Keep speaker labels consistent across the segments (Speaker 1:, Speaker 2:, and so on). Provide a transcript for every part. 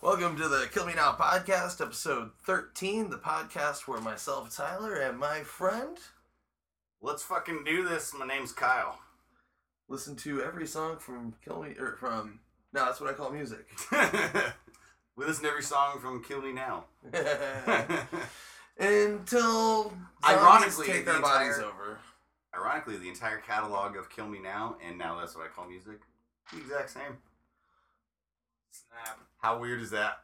Speaker 1: Welcome to the Kill Me Now podcast, episode 13, the podcast where myself, Tyler, and my friend
Speaker 2: Let's fucking do this. My name's Kyle.
Speaker 1: listen to every song from Kill Me, or from, no, that's what I call music.
Speaker 2: we listen to every song from Kill Me Now.
Speaker 1: Until zombies
Speaker 2: Ironically,
Speaker 1: take
Speaker 2: the
Speaker 1: their bodies
Speaker 2: entire-
Speaker 1: over.
Speaker 2: Ironically, the entire catalog of Kill Me Now and Now That's What I Call Music, the exact same.
Speaker 3: Snap.
Speaker 2: How weird is that?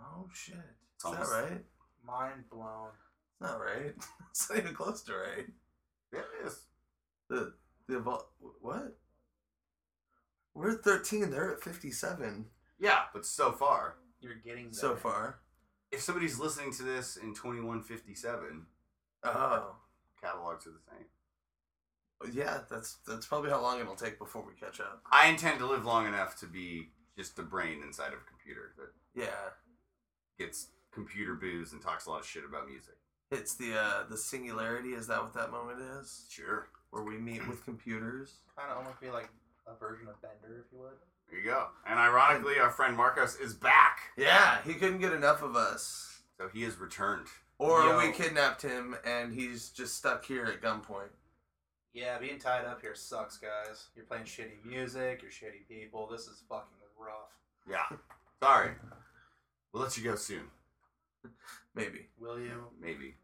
Speaker 1: Oh, shit. Is that
Speaker 2: almost-
Speaker 1: right?
Speaker 3: Mind blown.
Speaker 1: Not right. it's not even close to right.
Speaker 2: Yeah, it is.
Speaker 1: The, the, evol- what? We're at 13, they're at 57
Speaker 2: Yeah, but so far,
Speaker 3: You're getting there.
Speaker 1: so far.
Speaker 2: if somebody's listening to this in 2157,
Speaker 1: Oh.
Speaker 2: catalogs are the same.
Speaker 1: Yeah, that's that's probably how long it'll take before we catch up.
Speaker 2: I intend to live long enough to be just the brain inside of a computer that
Speaker 1: Yeah.
Speaker 2: gets computer booze and talks a lot of shit about music.
Speaker 1: It's the uh, the singularity. Is that what that moment is?
Speaker 2: Sure.
Speaker 1: Where we meet with computers.
Speaker 3: Kind of almost be like a version of Bender, if you would.
Speaker 2: There you go. And ironically, our friend Marcos is back.
Speaker 1: Yeah, he couldn't get enough of us,
Speaker 2: So he has returned.
Speaker 1: or
Speaker 3: Yo.
Speaker 1: we kidnapped him and he's just stuck here at gunpoint.
Speaker 3: Yeah, being tied up here sucks, guys. You're playing shitty music. You're shitty people. This is fucking rough.
Speaker 2: Yeah. Sorry. We'll let you go soon.
Speaker 1: Maybe.
Speaker 3: Will you?
Speaker 2: Maybe.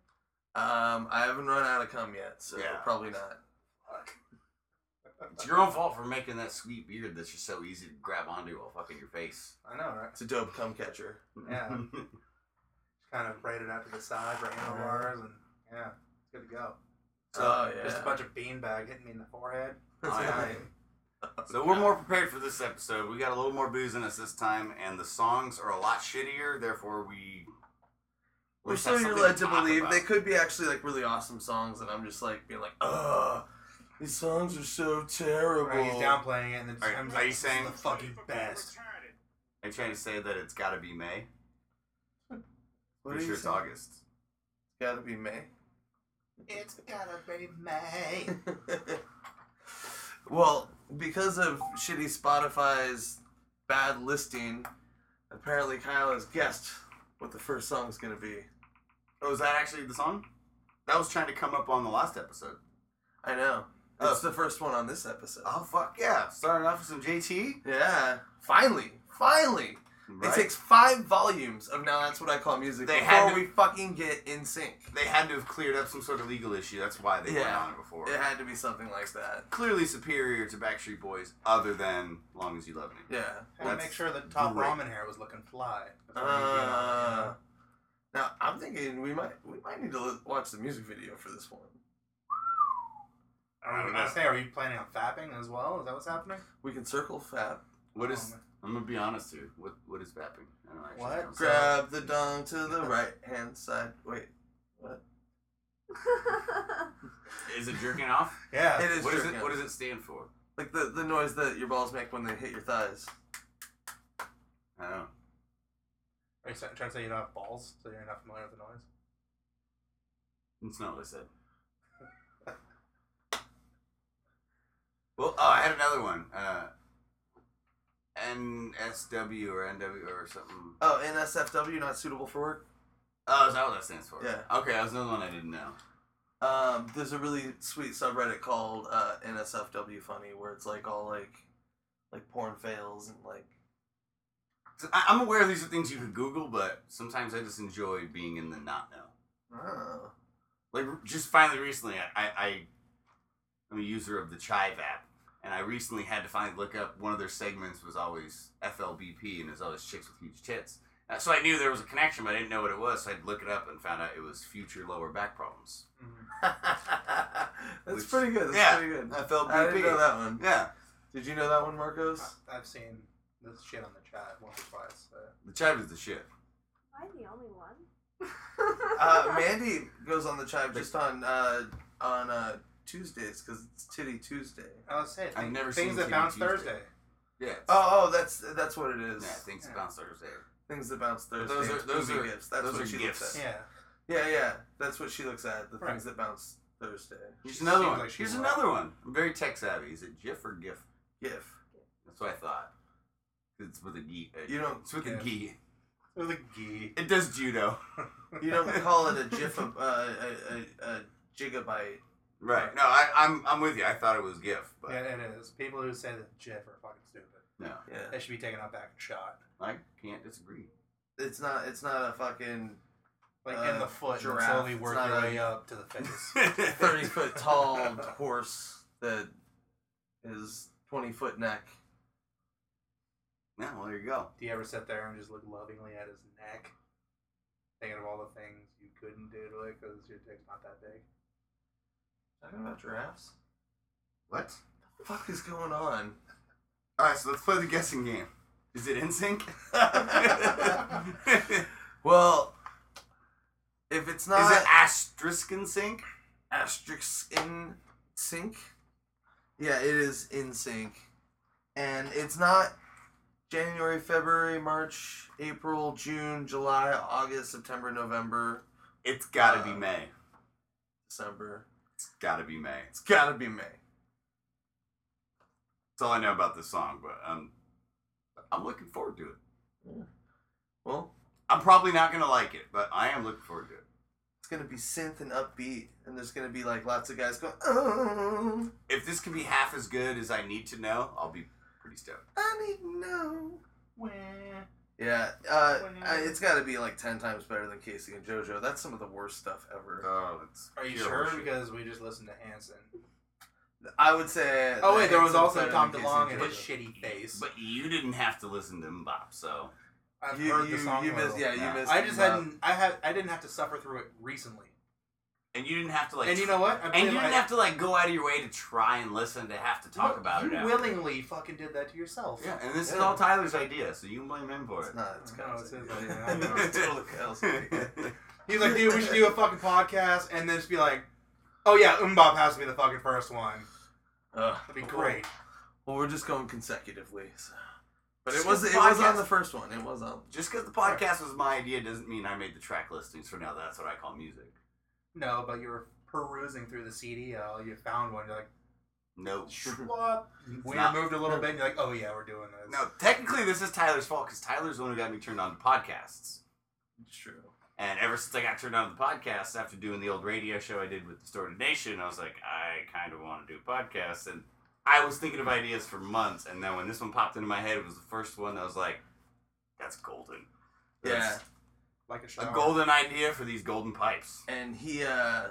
Speaker 1: Um, I haven't run out of cum yet, so
Speaker 2: Yeah.
Speaker 1: probably not.
Speaker 3: Fuck.
Speaker 2: It's your own fault for making that sweet beard that's just so easy to grab onto while fucking your face.
Speaker 3: I know, right?
Speaker 1: It's a dope cum catcher.
Speaker 3: Yeah. Just kind of braided out to the side, right on the bars, and yeah, it's good to go.
Speaker 1: oh yeah.
Speaker 3: Just a bunch of beanbag hitting me in the forehead.
Speaker 2: Oh, yeah. so we're more prepared for this episode. We got a little more booze in us this time, and the songs are a lot shittier. Therefore, we.
Speaker 1: We're
Speaker 2: have
Speaker 1: so you're
Speaker 2: something
Speaker 1: led to
Speaker 2: talk
Speaker 1: believe
Speaker 2: about.
Speaker 1: they could be actually like really awesome songs, and I'm just like being like, ugh, these songs are so terrible.
Speaker 3: Right, he's downplaying it, and then just,
Speaker 2: Are-
Speaker 3: I'm
Speaker 2: are
Speaker 3: like,
Speaker 2: you
Speaker 3: "This is
Speaker 2: saying-
Speaker 3: the fucking best?
Speaker 2: Are you trying to say that it's got to be May?
Speaker 1: What
Speaker 2: Pretty
Speaker 1: are you
Speaker 2: sure it's
Speaker 1: saying?
Speaker 2: August.
Speaker 1: Gotta be May.
Speaker 3: It's gotta be May.
Speaker 1: well, because of shitty Spotify's bad listing, apparently Kyle has guessed what the first song's gonna be.
Speaker 2: Oh, is that actually the song? That was trying to come up on the last episode.
Speaker 1: I know.
Speaker 2: Oh.
Speaker 1: It's the first one on this episode.
Speaker 2: Oh fuck yeah! Starting off with some JT.
Speaker 1: Yeah. Finally. Finally.
Speaker 2: Right?
Speaker 1: It takes five volumes of now that's what I call music
Speaker 2: They
Speaker 1: before
Speaker 2: had to-
Speaker 1: we fucking get in sync.
Speaker 2: they had to have cleared up some sort of legal issue. That's why they went
Speaker 1: Yeah.
Speaker 2: on it before.
Speaker 1: It had to be something like that.
Speaker 2: Clearly superior to Backstreet Boys, other than Long as You Love Me.
Speaker 1: Yeah.
Speaker 3: Want
Speaker 2: That's
Speaker 3: to make sure the top
Speaker 2: great.
Speaker 3: ramen hair was looking fly. before you get on, you
Speaker 1: Uh,
Speaker 3: know?
Speaker 1: now I'm thinking we might we might need to li- watch the music video for this one.
Speaker 3: I
Speaker 2: I
Speaker 3: don't
Speaker 2: don't
Speaker 3: even
Speaker 2: know.
Speaker 3: gonna say, are you planning on fapping as well? Is that what's happening?
Speaker 1: We can circle fab.
Speaker 2: What is?
Speaker 3: Oh, man.
Speaker 2: I'm gonna be honest here. What what is vaping? I don't actually
Speaker 3: What?
Speaker 2: know.
Speaker 1: Grab the dong to the right hand side. Wait,
Speaker 2: Is it jerking off?
Speaker 3: Yeah.
Speaker 1: it is
Speaker 2: What is
Speaker 1: jerking
Speaker 2: it?
Speaker 1: off.
Speaker 2: What does it stand for?
Speaker 1: like the the noise that your balls make when they hit your thighs.
Speaker 2: I don't know.
Speaker 3: Are you sa- trying to say you don't have balls, so you're not familiar with the noise?
Speaker 2: It's not what I said. Well, oh, I had another one. Uh, NSW or NW or something.
Speaker 1: Oh, NSFW not suitable for work.
Speaker 2: Oh, is that what that stands for?
Speaker 1: Yeah.
Speaker 2: Okay, that was another one I didn't know.
Speaker 1: Um, there's a really sweet subreddit called uh, NSFW funny where it's like all like like porn fails and like
Speaker 2: So I, I'm aware these are things you could Google, but sometimes I just enjoy being in the not know.
Speaker 1: oh
Speaker 2: Like r- just finally recently, I, I, I I'm a user of the Chive app, and I recently had to finally look up one of their segments was always FLBP, and it was always chicks with huge tits. Uh, So I knew there was a connection, but I didn't know what it was. So I'd look it up and found out it was future lower back problems.
Speaker 1: that's
Speaker 2: Which-
Speaker 1: pretty good. That's
Speaker 2: yeah.
Speaker 1: pretty good.
Speaker 2: FLBP.
Speaker 1: I didn't know that one.
Speaker 2: Yeah,
Speaker 1: Did you know that one, Marcos?
Speaker 3: I- I've seen this shit on the chat once or twice. So.
Speaker 2: the Chive is the shit.
Speaker 4: Am I the only one?
Speaker 1: uh, Mandy goes on the chive just on uh, on uh, Tuesdays because it's Titty Tuesday.
Speaker 3: I was saying,
Speaker 2: I've never
Speaker 3: things
Speaker 2: seen
Speaker 3: that
Speaker 2: Titty
Speaker 3: bounce
Speaker 2: Tuesday.
Speaker 3: Thursday.
Speaker 2: Yeah.
Speaker 1: Oh, oh, that's that's what it
Speaker 2: yeah,
Speaker 1: is.
Speaker 2: things
Speaker 3: yeah.
Speaker 2: bounce Thursday.
Speaker 1: Things that bounce Thursday.
Speaker 2: those are- those
Speaker 1: movie
Speaker 2: are-
Speaker 1: gifts. That's
Speaker 2: those
Speaker 1: what
Speaker 2: are
Speaker 1: she
Speaker 2: gifts.
Speaker 1: looks at.
Speaker 3: Yeah.
Speaker 1: Yeah. yeah, That's what she looks at. The
Speaker 3: Right.
Speaker 1: things that bounce Thursday.
Speaker 2: Here's
Speaker 3: She
Speaker 2: another
Speaker 3: seems
Speaker 2: one.
Speaker 3: like she
Speaker 2: Here's
Speaker 3: would.
Speaker 2: another one. I'm very tech savvy. Is it GIF or GIF?
Speaker 1: GIF.
Speaker 2: That's what I thought. It's with a G. uh,
Speaker 1: You don't
Speaker 2: It's with a
Speaker 3: Yeah.
Speaker 2: G.
Speaker 3: With a gee.
Speaker 2: It does judo.
Speaker 1: You don't call it a GIF, a, uh, a, a, a gigabyte.
Speaker 2: Right. No, I, I'm I'm with you. I thought it was GIF, but
Speaker 3: Yeah, it is. People who say that GIF are fucking stupid.
Speaker 2: no,
Speaker 1: Yeah,
Speaker 3: They should be taken out back and shot.
Speaker 2: I can't disagree.
Speaker 1: it's not. It's not a fucking
Speaker 3: Like
Speaker 1: Uh,
Speaker 3: in the foot, and
Speaker 1: giraffe.
Speaker 3: slowly
Speaker 1: It's
Speaker 3: work
Speaker 1: not
Speaker 3: your
Speaker 1: a-
Speaker 3: way up to the face.
Speaker 1: thirty foot tall horse that is twenty foot neck.
Speaker 2: Yeah, well, there you go.
Speaker 3: Do you ever sit there and just look lovingly at his neck, thinking of all the things you couldn't do to it because your dick's not that big?
Speaker 1: Talking about giraffes.
Speaker 2: What?
Speaker 1: What the fuck is going on?
Speaker 2: All right, so let's play the guessing game. Is it in sync? Is it
Speaker 1: Well, if it's not
Speaker 2: asterisk in sync?
Speaker 1: asterisk in sync. Yeah, it is in sync. And it's not January, February, March, April, June, July, August, September, November,
Speaker 2: It's gotta be
Speaker 1: Uh,
Speaker 2: May.
Speaker 1: December.
Speaker 2: It's gotta be May.
Speaker 1: It's gotta be May.
Speaker 2: That's all I know about this song, but um, I'm looking forward to it.
Speaker 1: Well,
Speaker 2: I'm probably not gonna like it, but I am looking forward to it.
Speaker 1: it's gonna be synth and upbeat, and there's gonna be like lots of guys going, oh,
Speaker 2: If this can be half as good as I need to know, I'll be pretty stoked.
Speaker 1: I need to know.
Speaker 3: Wah.
Speaker 1: Yeah, uh, I- it's gotta be like 10 times better than Casey and JoJo. That's some of the worst stuff ever.
Speaker 2: Oh, it's
Speaker 3: Are you
Speaker 2: pure
Speaker 3: sure?
Speaker 2: horseshit.
Speaker 3: Because we just listened to Hanson.
Speaker 1: I would say.
Speaker 3: Oh wait,
Speaker 1: that
Speaker 3: there was
Speaker 1: it's
Speaker 3: also
Speaker 1: better
Speaker 3: Tom
Speaker 1: than Casey
Speaker 3: DeLonge and
Speaker 1: JoJo.
Speaker 3: his shitty face.
Speaker 2: But you didn't have to listen to Mbop, so
Speaker 3: I've
Speaker 1: you,
Speaker 3: heard
Speaker 1: you,
Speaker 3: the song.
Speaker 1: you
Speaker 3: well.
Speaker 1: missed, yeah,
Speaker 2: Yeah.
Speaker 1: you missed.
Speaker 3: I just
Speaker 1: Mbop.
Speaker 3: hadn't. I had. I didn't have to suffer through it recently.
Speaker 2: and you didn't have to like
Speaker 3: and you know what? I
Speaker 2: and you
Speaker 3: played-
Speaker 2: didn't
Speaker 3: I-
Speaker 2: have to like go out of your way to try and listen to have to talk
Speaker 3: No,
Speaker 2: about
Speaker 3: you
Speaker 2: it. after.
Speaker 3: willingly fucking did that to yourself.
Speaker 2: Yeah, and this is
Speaker 1: Yeah.
Speaker 2: all Tyler's idea, so you can blame him for
Speaker 1: It's
Speaker 2: it.
Speaker 1: not. It's
Speaker 3: No,
Speaker 1: Kyle's
Speaker 3: it's his
Speaker 1: idea.
Speaker 3: idea.
Speaker 1: I know, it's totally Kyle's idea.
Speaker 3: He's like, dude, we should do a fucking podcast, and then just be like, oh yeah, Umbop has to be the fucking first one.
Speaker 1: Ugh.
Speaker 3: That'd be great.
Speaker 1: Well, we're just going consecutively. So. But it
Speaker 2: Just
Speaker 1: was
Speaker 2: the
Speaker 1: it was on
Speaker 2: podcast.
Speaker 1: the first one. It was on.
Speaker 2: Just because the podcast was my idea doesn't mean I made the track listings for now. That's what I call music.
Speaker 3: No, but you were perusing through the CDL, you found one, you're like,
Speaker 2: No.
Speaker 3: schwap. We
Speaker 2: not-
Speaker 3: moved a little bit, and you're like, oh yeah, we're doing this.
Speaker 2: No, technically this is Tyler's fault because Tyler's the one who got me turned on to podcasts.
Speaker 1: It's true.
Speaker 2: And ever since I got turned on to the podcasts after doing the old radio show I did with Distorted Nation, I was like, I kind of want to do podcasts. And I was thinking of ideas for months. And then when this one popped into my head, it was the first one that I was like, that's golden.
Speaker 1: Yeah,
Speaker 2: That's
Speaker 3: like a shower.
Speaker 2: A golden idea for these golden pipes.
Speaker 1: and he uh,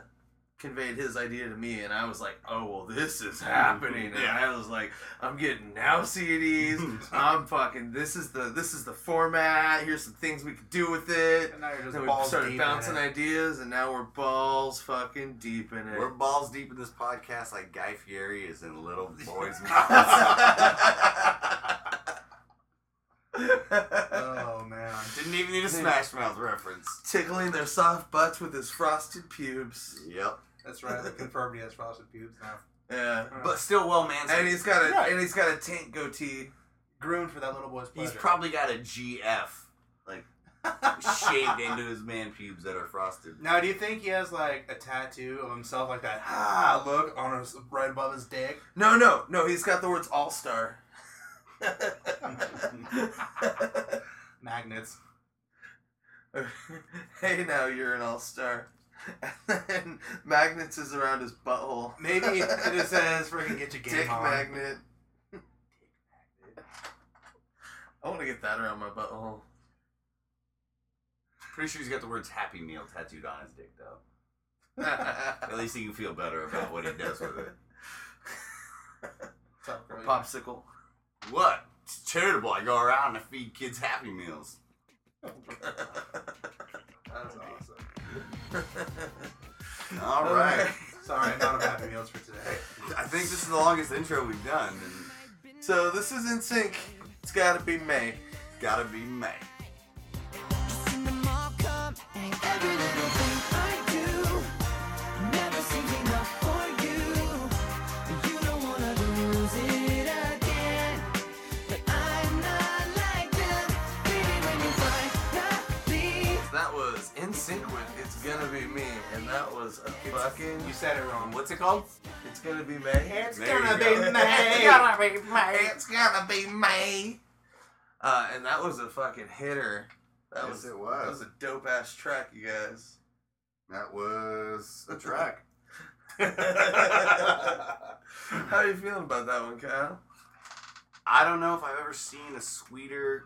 Speaker 1: conveyed his idea to me, and I was like, "Oh well, this is happening." And
Speaker 2: Yeah.
Speaker 1: I was like, "I'm getting now CDs. I'm fucking. This is the this is the format. Here's some things we could do with it."
Speaker 3: And now you're
Speaker 1: And
Speaker 3: just
Speaker 1: then we
Speaker 3: balls deep
Speaker 1: started
Speaker 3: in
Speaker 1: bouncing
Speaker 3: it.
Speaker 1: ideas, and now we're balls fucking deep in it.
Speaker 2: We're balls deep in this podcast like Guy Fieri is in Little Boy's Mouth.
Speaker 1: Uh,
Speaker 3: Oh man.
Speaker 2: Didn't even need a Smash Mouth reference.
Speaker 1: Tickling their soft butts with his frosted pubes.
Speaker 2: Yep.
Speaker 3: That's right, they confirmed he has frosted pubes now.
Speaker 1: Yeah.
Speaker 2: But still well man.
Speaker 1: And he's got a
Speaker 3: Right.
Speaker 1: and he's got a tank goatee.
Speaker 3: groomed for that little boy's pleasure.
Speaker 2: He's probably got a GF like shaved into his man pubes that are frosted.
Speaker 3: Now, do you think he has like a tattoo of himself like that? Ah, look on his right above his dick.
Speaker 1: No, no, no. He's got the words all star.
Speaker 3: Magnets.
Speaker 1: hey, now you're an all star. And then magnets is around his butthole.
Speaker 3: Maybe it just says freaking get your game
Speaker 1: Dick
Speaker 3: on.
Speaker 1: magnet. I want to get that around my butthole.
Speaker 2: Pretty sure he's got the words Happy Meal tattooed on his dick though. At
Speaker 1: At
Speaker 2: least he can feel better about what he does with it.
Speaker 3: What's up, girl?
Speaker 1: Popsicle.
Speaker 2: What? It's charitable. I go around and I feed kids Happy Meals.
Speaker 3: That's awesome.
Speaker 2: All
Speaker 1: Oh,
Speaker 2: right.
Speaker 3: Sorry, not on happy meals for today.
Speaker 2: I think this is the longest intro we've done, and
Speaker 1: So this is in sync. It's gotta be May.
Speaker 2: it's gotta be May.
Speaker 5: Seen them all come, every little thing I do never seems enough for you. You don't wanna lose it again, but I'm not like them. Baby, when you find that leave,
Speaker 1: That was in sync with "It's Gonna Be Me," and that was a fucking.
Speaker 3: You said it wrong.
Speaker 2: What's it called?
Speaker 1: It's gonna be May.
Speaker 3: It's
Speaker 2: There
Speaker 3: gonna
Speaker 2: you go.
Speaker 3: be May.
Speaker 1: It's gonna be May. Uh, and that was a fucking hitter. That
Speaker 2: Yes,
Speaker 1: was
Speaker 2: it
Speaker 1: That
Speaker 2: was.
Speaker 1: was a dope ass track, you guys.
Speaker 2: That was a track.
Speaker 1: How are you feeling about that one, Kyle?
Speaker 2: I don't know if I've ever seen a sweeter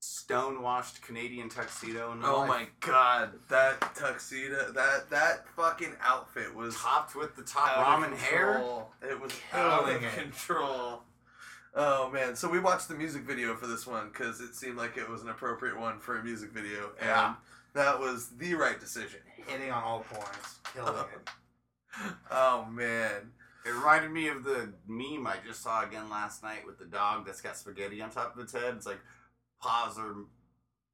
Speaker 2: stone-washed Canadian tuxedo in my
Speaker 1: Oh
Speaker 2: life.
Speaker 1: my god, that tuxedo, that that fucking outfit was
Speaker 2: Topped with the top
Speaker 1: out of
Speaker 2: ramen hair.
Speaker 1: control. It was out
Speaker 3: Killing
Speaker 1: of
Speaker 3: it.
Speaker 1: control. Oh man, so we watched the music video for this one because it seemed like it was an appropriate one for a music video, and
Speaker 2: Yeah.
Speaker 1: that was the right decision.
Speaker 3: Hitting on all points, killing it.
Speaker 1: Oh man,
Speaker 2: It reminded me of the meme I just saw again last night with the dog that's got spaghetti on top of its head. It's like paws are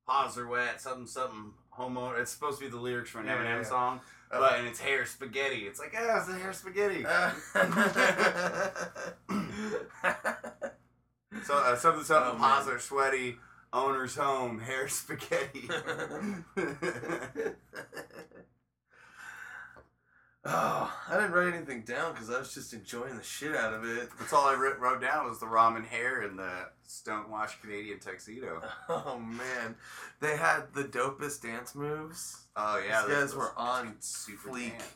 Speaker 2: paws are wet, something something homeowner. It's supposed to be the lyrics from an
Speaker 3: Yeah,
Speaker 2: Eminem
Speaker 3: yeah.
Speaker 2: song,
Speaker 1: Oh.
Speaker 2: but and it's hair spaghetti. It's like ah, it's a hair spaghetti. So uh, something something
Speaker 1: Oh,
Speaker 2: paws
Speaker 1: man.
Speaker 2: are sweaty, owner's home, hair spaghetti.
Speaker 1: oh, I didn't write anything down because I was just enjoying the shit out of it.
Speaker 2: That's all I wrote, wrote down was the ramen hair and the stone washed Canadian tuxedo.
Speaker 1: Oh man, they had the dopest dance moves.
Speaker 2: Oh yeah,
Speaker 1: These
Speaker 2: those-
Speaker 1: guys were on
Speaker 2: super
Speaker 1: fleek.
Speaker 2: dance.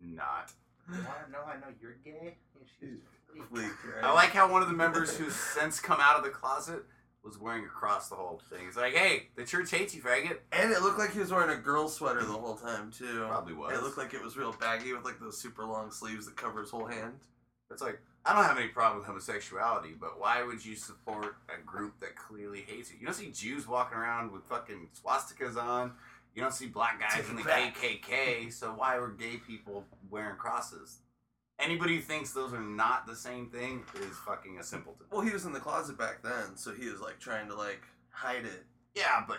Speaker 2: Not.
Speaker 3: You want to know? I know you're gay. You should-
Speaker 1: fleek. Right?
Speaker 2: I like how one of the members who's since come out of the closet was wearing across the whole thing. It's like, hey, the church hates you, faggot.
Speaker 1: and it looked like he was wearing a girl sweater the whole time too.
Speaker 2: Probably was.
Speaker 1: It looked like it was real baggy with like those super long sleeves that cover his whole hand.
Speaker 2: It's like I don't have any problem with homosexuality, but why would you support a group that clearly hates you? You don't see Jews walking around with fucking swastikas on. You don't see black guys
Speaker 1: Take
Speaker 2: in
Speaker 1: it
Speaker 2: the
Speaker 1: back.
Speaker 2: KKK. So why were gay people wearing crosses? Anybody who thinks those are not the same thing is fucking a simpleton.
Speaker 1: Well, he was in the closet back then, so he was like trying to like hide it.
Speaker 2: Yeah, but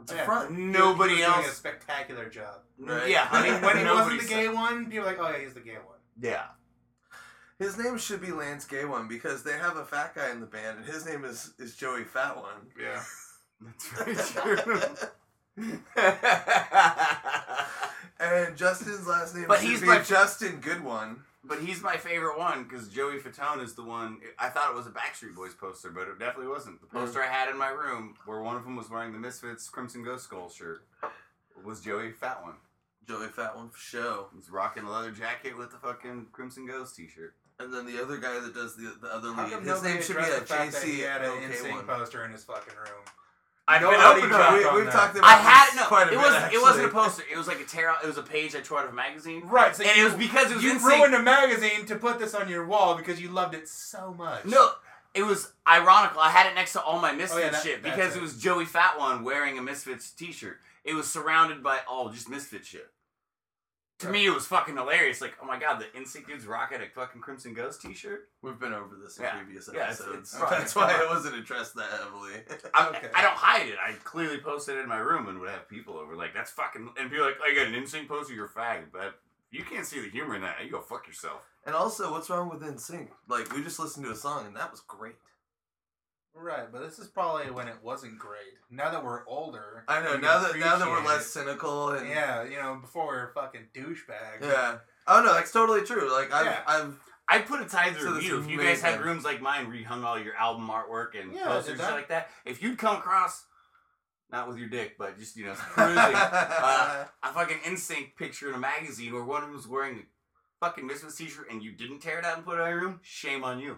Speaker 1: It's a
Speaker 3: Yeah,
Speaker 1: front.
Speaker 2: nobody
Speaker 3: He was doing a
Speaker 2: else.
Speaker 3: spectacular job.
Speaker 1: Right.
Speaker 2: Yeah,
Speaker 3: When he, when he wasn't
Speaker 2: Nobody
Speaker 3: the gay one, people were like, oh yeah, he's the gay one.
Speaker 2: Yeah,
Speaker 1: His name should be Lance Gay One because they have a fat guy in the band, and his name is is Joey Fat One.
Speaker 2: yeah, that's very true.
Speaker 1: and Justin's last name
Speaker 2: But
Speaker 1: should
Speaker 2: he's
Speaker 1: be
Speaker 2: like-
Speaker 1: Justin Good One.
Speaker 2: But he's my favorite one because Joey Fatone is the one. I thought it was a Backstreet Boys poster, but it definitely wasn't. The poster I had in my room, where one of them was wearing the Misfits Crimson Ghost Skull shirt, was Joey Fat One.
Speaker 1: Joey Fat One for show.
Speaker 2: He's rocking a leather jacket with the fucking Crimson Ghost T-shirt.
Speaker 1: And then the other guy that does the the other
Speaker 3: How
Speaker 1: lead,
Speaker 3: come
Speaker 1: his
Speaker 3: nobody
Speaker 1: name should be uh, a
Speaker 3: addressed the fact that
Speaker 1: JC
Speaker 3: he had an
Speaker 1: OK
Speaker 3: insane
Speaker 1: One.
Speaker 3: poster in his fucking room?
Speaker 2: I've
Speaker 3: been opening
Speaker 1: No,
Speaker 3: up
Speaker 1: we,
Speaker 3: on
Speaker 1: we've
Speaker 3: that.
Speaker 1: talked about.
Speaker 2: I had
Speaker 1: this
Speaker 2: no.
Speaker 1: Quite a
Speaker 2: it
Speaker 1: bit,
Speaker 2: was
Speaker 1: Actually.
Speaker 2: it wasn't a poster. It was like a tear out. It was a page I tore out of a magazine.
Speaker 3: Right, so
Speaker 2: And
Speaker 3: you,
Speaker 2: it was because it was
Speaker 3: you
Speaker 2: NSYNC.
Speaker 3: ruined a magazine to put this on your wall because you loved it so much.
Speaker 2: No, it was ironical. I had it next to all my Misfits
Speaker 3: Oh, yeah, that-
Speaker 2: shit
Speaker 3: that's
Speaker 2: because it.
Speaker 3: it.
Speaker 2: was Joey Fat One wearing a Misfits T-shirt. It was surrounded by all just Misfit shit. To me, it was fucking hilarious. Like, oh my god, the NSYNC dude's rocking a fucking Crimson Ghost T-shirt.
Speaker 1: We've been over this in
Speaker 2: Yeah.
Speaker 1: previous
Speaker 2: Yeah, it's-
Speaker 1: episodes.
Speaker 2: it's fine.
Speaker 1: That's why it wasn't addressed that heavily.
Speaker 2: I,
Speaker 3: Okay.
Speaker 2: I don't hide it. I clearly posted it in my room and would have people over. Like, that's fucking. And be like, I got an NSYNC poster. You're a fag, but you can't see the humor in that. You go fuck yourself.
Speaker 1: and also, what's wrong with NSYNC? Like we just listened to a song and that was great.
Speaker 3: Right, but this is probably when it wasn't great. Now that we're older,
Speaker 1: I know
Speaker 3: we
Speaker 1: now that now that we're
Speaker 3: appreciate
Speaker 1: less cynical
Speaker 3: it.
Speaker 1: and
Speaker 3: Yeah, you know, before we were fucking douchebags.
Speaker 1: yeah. Oh no, that's totally true. Like I've
Speaker 3: Yeah.
Speaker 1: I've
Speaker 2: I would put a tie
Speaker 1: So
Speaker 2: through
Speaker 1: that's
Speaker 2: you. If you guys had
Speaker 1: amazing.
Speaker 2: rooms like mine, where you hung all your album artwork and
Speaker 3: Yeah, I
Speaker 2: posters
Speaker 3: did
Speaker 2: and
Speaker 3: that.
Speaker 2: shit like that. If you'd come across, not with your dick, but just you know cruising, uh, a fucking NSYNC picture in a magazine where one of them was wearing a fucking Misfits t-shirt and you didn't tear it out and put it in your room, shame on you.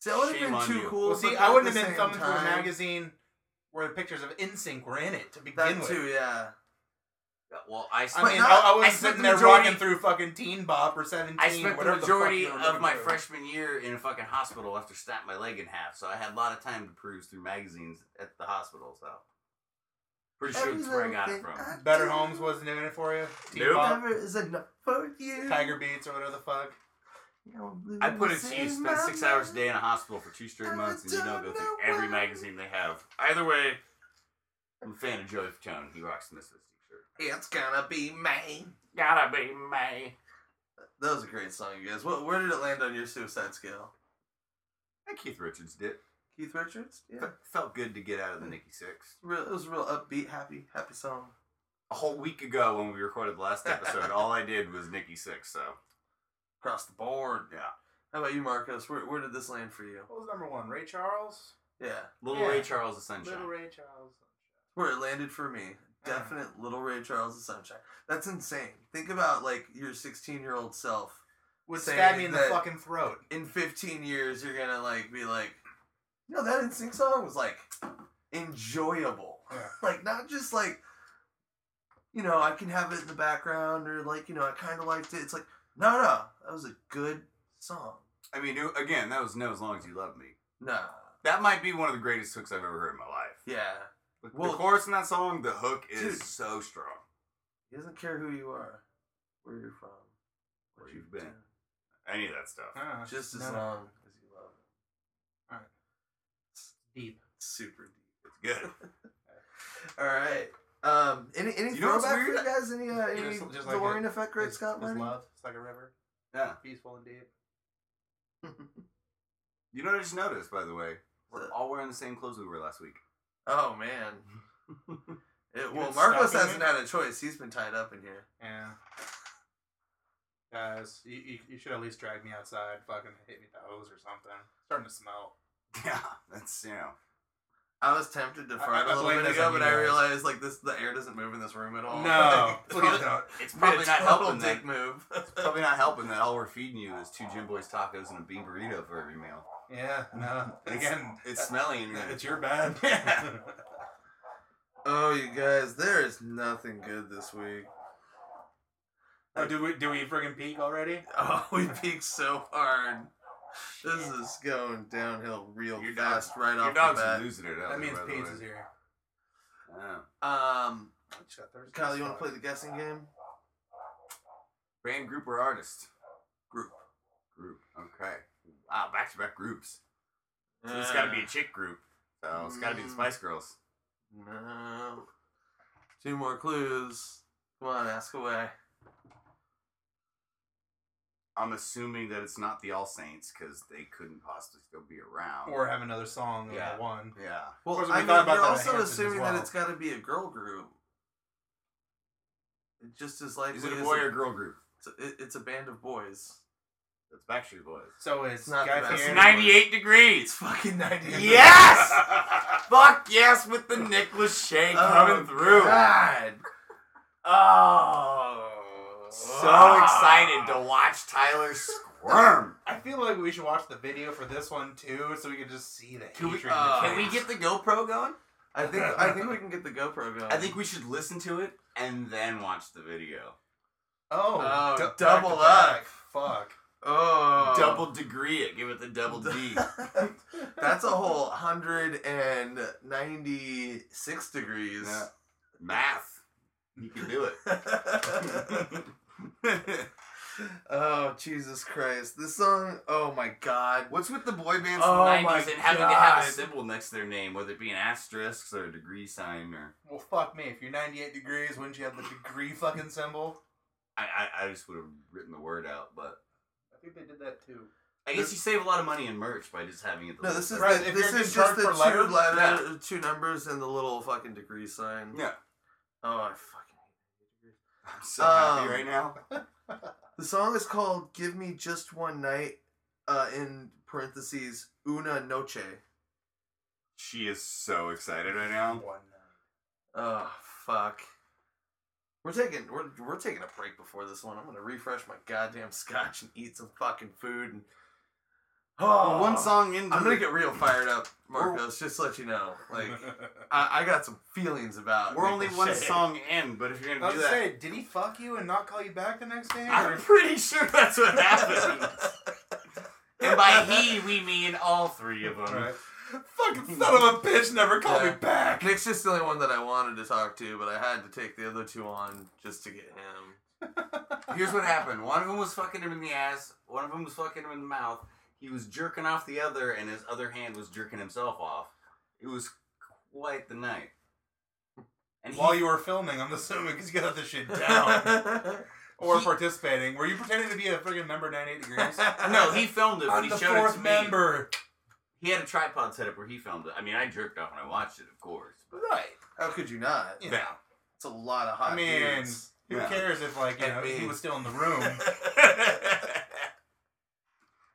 Speaker 1: See, that would
Speaker 2: Shame
Speaker 1: have
Speaker 2: on
Speaker 1: been too
Speaker 2: you.
Speaker 1: cool.
Speaker 3: Well, see,
Speaker 1: but
Speaker 3: I
Speaker 1: at
Speaker 3: wouldn't
Speaker 1: the
Speaker 3: have been
Speaker 1: same
Speaker 3: thumbing through a
Speaker 1: time-
Speaker 3: magazine where the pictures of NSYNC were in it to begin
Speaker 1: That
Speaker 3: with.
Speaker 1: too, yeah.
Speaker 2: Yeah, Well, I
Speaker 3: I
Speaker 2: spent,
Speaker 1: But
Speaker 3: mean,
Speaker 1: not-
Speaker 3: I, I was
Speaker 2: I spent
Speaker 3: sitting
Speaker 2: the
Speaker 3: there
Speaker 2: majority-
Speaker 3: walking through fucking Teen Bop or Seventeen.
Speaker 2: I spent the
Speaker 3: whatever
Speaker 2: majority
Speaker 3: fuck you
Speaker 2: of
Speaker 3: were looking
Speaker 2: my
Speaker 3: through.
Speaker 2: freshman year in a fucking hospital after snapping my leg in half, so I had a lot of time to peruse through magazines at the hospital. So pretty sure that's where I got it
Speaker 1: Everything
Speaker 2: from.
Speaker 1: I
Speaker 3: Better
Speaker 1: do
Speaker 3: Homes wasn't in it for you. Teen
Speaker 2: Nope.
Speaker 3: Bop,
Speaker 1: Never is enough for you.
Speaker 3: Tiger Beats or whatever the fuck.
Speaker 2: I put it to you, spend six hours a day in a hospital for two straight
Speaker 1: I
Speaker 2: months, and you don't
Speaker 1: don't
Speaker 2: go
Speaker 1: know
Speaker 2: through every
Speaker 1: why.
Speaker 2: magazine they have. Either way, I'm a fan of Joey Fatone. He rocks the Misfits t-shirt.
Speaker 1: It's gonna be me.
Speaker 2: Gotta be me.
Speaker 1: That was a great song, you guys. What, where did it land on your suicide scale?
Speaker 2: And Keith Richards did.
Speaker 1: Keith Richards? Yeah.
Speaker 2: Fe- Felt good to get out of the Nikki Six.
Speaker 1: Real, it was a real upbeat, happy, happy song.
Speaker 2: A whole week ago when we recorded the last episode, all I did was Nikki Six. So
Speaker 1: Across the board.
Speaker 2: yeah,
Speaker 1: How about you, Marcos? Where, where did this land for you?
Speaker 3: What was number one? Ray Charles.
Speaker 1: Yeah.
Speaker 2: Little
Speaker 3: Yeah.
Speaker 2: Ray Charles of Sunshine.
Speaker 3: Little Ray Charles.
Speaker 1: where it landed for me. Definite Little Ray Charles the Sunshine. That's insane. Think about like your 16 year old self.
Speaker 3: Would
Speaker 1: Saying
Speaker 3: stab me in the
Speaker 1: that-
Speaker 3: fucking throat.
Speaker 1: In 15 years, you're gonna like be like, no, that NSYNC song was like enjoyable.
Speaker 3: Yeah.
Speaker 1: Like not just like, you know, I can have it in the background or like you know I kind of liked it. It's like no, no, that was a good song.
Speaker 2: I mean, it- again, that was "No As Long As You Love Me."
Speaker 1: Nah,
Speaker 2: That might be one of the greatest hooks I've ever heard in my life.
Speaker 1: yeah,
Speaker 2: The- The,
Speaker 1: Well-
Speaker 2: chorus in that song, the hook is
Speaker 1: Dude.
Speaker 2: so strong.
Speaker 1: he doesn't care who you are, where you're from, what
Speaker 2: Where
Speaker 1: you've
Speaker 2: you've been.
Speaker 1: done.
Speaker 2: Any of that stuff.
Speaker 3: Uh,
Speaker 1: just as
Speaker 3: no, no.
Speaker 1: long as you love it.
Speaker 3: Deep.
Speaker 1: Super deep.
Speaker 2: It's good.
Speaker 1: All right. Um, any any
Speaker 2: You know what's
Speaker 1: throwback for
Speaker 2: weird?
Speaker 1: you guys? Any uh,
Speaker 3: Yeah,
Speaker 1: any
Speaker 3: just- just like
Speaker 1: Delorean
Speaker 3: it.
Speaker 1: effect, Great
Speaker 3: It's-
Speaker 1: Scott
Speaker 3: it's
Speaker 1: Lennon?
Speaker 3: love. It's like a river,
Speaker 2: yeah.
Speaker 3: peaceful and deep.
Speaker 2: You know what I just noticed, by the way? We're
Speaker 1: What's
Speaker 2: all wearing the same clothes we were last week.
Speaker 1: Oh man. It,
Speaker 3: You
Speaker 1: well,
Speaker 3: been
Speaker 1: Marcos
Speaker 3: stuck in
Speaker 1: hasn't
Speaker 3: it?
Speaker 1: had a choice. He's been tied up in here.
Speaker 3: Yeah. Guys, you, you, you should at least drag me outside, fucking hit me with the hose or something. It's starting to smell.
Speaker 2: Yeah, that's, you know.
Speaker 1: I was tempted to
Speaker 3: I-
Speaker 1: fart
Speaker 3: I
Speaker 1: a little
Speaker 3: blame
Speaker 1: bit
Speaker 3: this
Speaker 1: ago,
Speaker 3: on
Speaker 1: but
Speaker 3: you
Speaker 1: I
Speaker 3: guys.
Speaker 1: realized like this, the air doesn't move in this room at
Speaker 2: Oh.
Speaker 1: all.
Speaker 3: No.
Speaker 1: it's probably,
Speaker 2: It's probably- It's
Speaker 1: probably
Speaker 2: probably
Speaker 1: not
Speaker 2: not helping
Speaker 1: dick
Speaker 2: that.
Speaker 1: move.
Speaker 2: Probably not helping that all we're feeding you is two Jim Boys tacos and a bean burrito for every meal.
Speaker 3: Yeah, no. And
Speaker 2: It's-
Speaker 3: again,
Speaker 2: it's smelly in here.
Speaker 3: it's your bad.
Speaker 1: oh, you guys, there is nothing good this week.
Speaker 3: oh, do we do we friggin' peak already?
Speaker 1: Oh, we peaked so hard. This is going downhill real
Speaker 2: Your dog-
Speaker 1: fast right
Speaker 2: Your
Speaker 1: off
Speaker 2: dogs
Speaker 1: the
Speaker 2: are
Speaker 1: bat.
Speaker 2: losing it out
Speaker 3: That
Speaker 2: there,
Speaker 3: means
Speaker 2: by the
Speaker 3: Paige
Speaker 2: way.
Speaker 3: is here.
Speaker 2: Yeah.
Speaker 1: Um,
Speaker 3: She's got Thursday
Speaker 1: Kyle, you want
Speaker 3: stuff.
Speaker 1: to play the guessing game?
Speaker 2: Brand group or artist?
Speaker 1: Group.
Speaker 2: Group. Okay. Wow, back to back groups. So it's got to be a chick group. So it's got to be the
Speaker 1: Mm.
Speaker 2: Spice Girls.
Speaker 1: No. Two more clues. Come on, ask away.
Speaker 2: I'm assuming that it's not the All Saints because they couldn't possibly still be around.
Speaker 3: Or have another song than
Speaker 2: Yeah.
Speaker 3: the one.
Speaker 2: yeah.
Speaker 1: Well,
Speaker 3: course, we
Speaker 1: I mean,
Speaker 3: thought about
Speaker 1: you're
Speaker 3: that at
Speaker 1: also
Speaker 3: Hanson as
Speaker 1: assuming that
Speaker 3: well.
Speaker 1: it's got to be a girl group. It just as likely
Speaker 2: Is it a
Speaker 1: as
Speaker 2: boy or girl group?
Speaker 1: It's a, it- it's a band of boys.
Speaker 2: That's Backstreet Boys.
Speaker 3: So it's,
Speaker 1: It's not the
Speaker 3: Guy
Speaker 1: best.
Speaker 3: Fieri.
Speaker 1: It's 90 It's
Speaker 2: degrees.
Speaker 1: fucking 90.
Speaker 2: Yes! Fuck yes with the Nicholas Shea coming through.
Speaker 1: Oh, God.
Speaker 2: Oh. So
Speaker 1: Ah.
Speaker 2: excited to watch Tyler squirm.
Speaker 3: I feel like we should watch the video for this one too, so we can just see the
Speaker 2: Can we,
Speaker 3: hatred. in your
Speaker 1: uh,
Speaker 2: can we
Speaker 3: face.
Speaker 2: get the GoPro going?
Speaker 1: I think I think we can get the GoPro going.
Speaker 2: I think we should listen to it and then watch the video.
Speaker 3: Oh,
Speaker 1: Oh,
Speaker 3: du- back to
Speaker 1: double
Speaker 3: back. Fuck.
Speaker 1: oh
Speaker 2: Double degree it. Give it the double D.
Speaker 1: That's a whole hundred and ninety-six degrees.
Speaker 2: Yeah. Math. You can do it.
Speaker 1: oh Jesus Christ! This song. Oh my God.
Speaker 2: What's with the boy bands
Speaker 1: Oh
Speaker 2: from the
Speaker 1: my
Speaker 2: 90s and having to have a
Speaker 1: God.
Speaker 2: symbol next to their name, whether it be an asterisk or a degree sign or.
Speaker 3: Well, fuck me. If you're 98 degrees, wouldn't you have the degree fucking symbol?
Speaker 2: I, I, I just would have written the word out, but.
Speaker 3: I think they did that too.
Speaker 2: I guess you save a lot of money in merch by just having it. the
Speaker 1: No,
Speaker 2: little
Speaker 1: this is
Speaker 2: bit.
Speaker 3: Right, if
Speaker 1: this
Speaker 3: you're
Speaker 1: is just
Speaker 3: gonna charge
Speaker 1: the
Speaker 3: for
Speaker 1: two
Speaker 3: letters,
Speaker 1: letter, two numbers, and the little fucking degree sign.
Speaker 2: Yeah.
Speaker 1: Oh, I fucking.
Speaker 2: I'm so
Speaker 1: Um,
Speaker 2: happy right now.
Speaker 1: The song is called "Give Me Just One Night," uh, in parentheses "Una Noche."
Speaker 2: She is so excited right now.
Speaker 3: One.
Speaker 1: Oh fuck. We're taking we're we're taking a break before this one. I'm gonna refresh my goddamn scotch and eat some fucking food and. Oh,
Speaker 2: Well, one song in.
Speaker 1: I'm gonna get real fired up, Marcos. Just to let you know, like I, I got some feelings about.
Speaker 2: We're only
Speaker 1: Nicolas
Speaker 2: one
Speaker 1: Shea.
Speaker 2: song in, but if you're
Speaker 3: I
Speaker 2: gonna
Speaker 3: was
Speaker 2: do
Speaker 3: gonna
Speaker 2: that,
Speaker 3: say, did he fuck you and not call you back the next day?
Speaker 2: I'm
Speaker 3: or-
Speaker 2: pretty sure that's what happened. and by he, we mean all three of them.
Speaker 3: Right. Fucking son of a bitch never called
Speaker 1: Yeah.
Speaker 3: me back.
Speaker 1: Nick's just the only one that I wanted to talk to, but I had to take the other two on just to get him.
Speaker 2: Here's what happened: one of them was fucking him in the ass, one of them was fucking him in the mouth. He was jerking off the other, and his other hand was jerking himself off. It was quite the night. And he
Speaker 3: While you were filming, I'm assuming, because you got this shit down. or
Speaker 2: He-
Speaker 3: participating. Were you pretending to be a friggin' member of 98 Degrees?
Speaker 2: No, he filmed it, but
Speaker 3: I'm
Speaker 2: he
Speaker 3: the
Speaker 2: showed it to
Speaker 3: fourth
Speaker 2: me.
Speaker 3: member.
Speaker 2: He had a tripod set up where he filmed it. I mean, I jerked off when I watched it, of course. But
Speaker 3: Right.
Speaker 1: How could you not?
Speaker 3: Yeah.
Speaker 2: Yeah.
Speaker 1: It's a lot of hot
Speaker 3: I mean,
Speaker 1: dudes.
Speaker 3: Who
Speaker 2: Yeah.
Speaker 3: cares if, like, you
Speaker 1: I
Speaker 3: know, he
Speaker 1: mean-
Speaker 3: was still in the room?
Speaker 2: I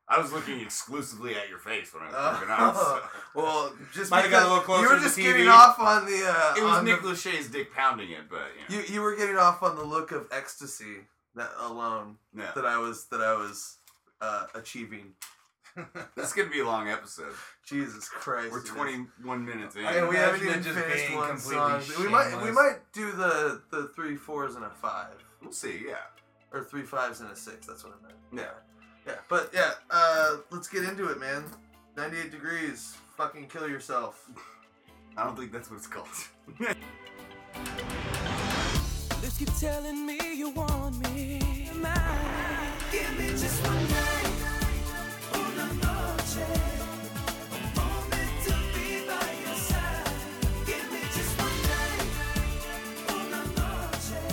Speaker 2: I was looking exclusively at your face when I was
Speaker 1: Oh.
Speaker 2: working out. So.
Speaker 1: Well, just
Speaker 2: Might have got a
Speaker 1: because
Speaker 2: little
Speaker 1: you
Speaker 2: closer
Speaker 1: were
Speaker 2: to
Speaker 1: just
Speaker 2: the
Speaker 1: getting
Speaker 2: TV.
Speaker 1: off on the. Uh,
Speaker 2: It was
Speaker 1: on
Speaker 2: Nick
Speaker 1: the,
Speaker 2: Lachey's dick pounding it, but you
Speaker 1: you
Speaker 2: know,
Speaker 1: you were getting off on the look of ecstasy that alone
Speaker 2: no.
Speaker 1: that I was that I was uh, achieving.
Speaker 2: This is gonna be a long episode.
Speaker 1: Jesus Christ!
Speaker 2: We're
Speaker 1: it is.
Speaker 2: 21 minutes in.
Speaker 1: And we
Speaker 3: Imagine
Speaker 1: haven't
Speaker 3: it
Speaker 1: even
Speaker 3: just
Speaker 1: finished
Speaker 3: being
Speaker 1: one song.
Speaker 3: completely
Speaker 1: We might we
Speaker 3: shameless.
Speaker 1: might do the the three fours and a five,
Speaker 2: We'll see. Yeah.
Speaker 1: or three fives and a six. That's what I meant.
Speaker 2: Yeah.
Speaker 1: Yeah, but yeah, uh, let's get into it, man. 98 degrees. Fucking kill yourself.
Speaker 2: I don't think that's what it's called.
Speaker 5: Lips keep telling me you want me. Mine. Give me just one night. Una noche. A moment to be by your side. Give me just one night. Una noche.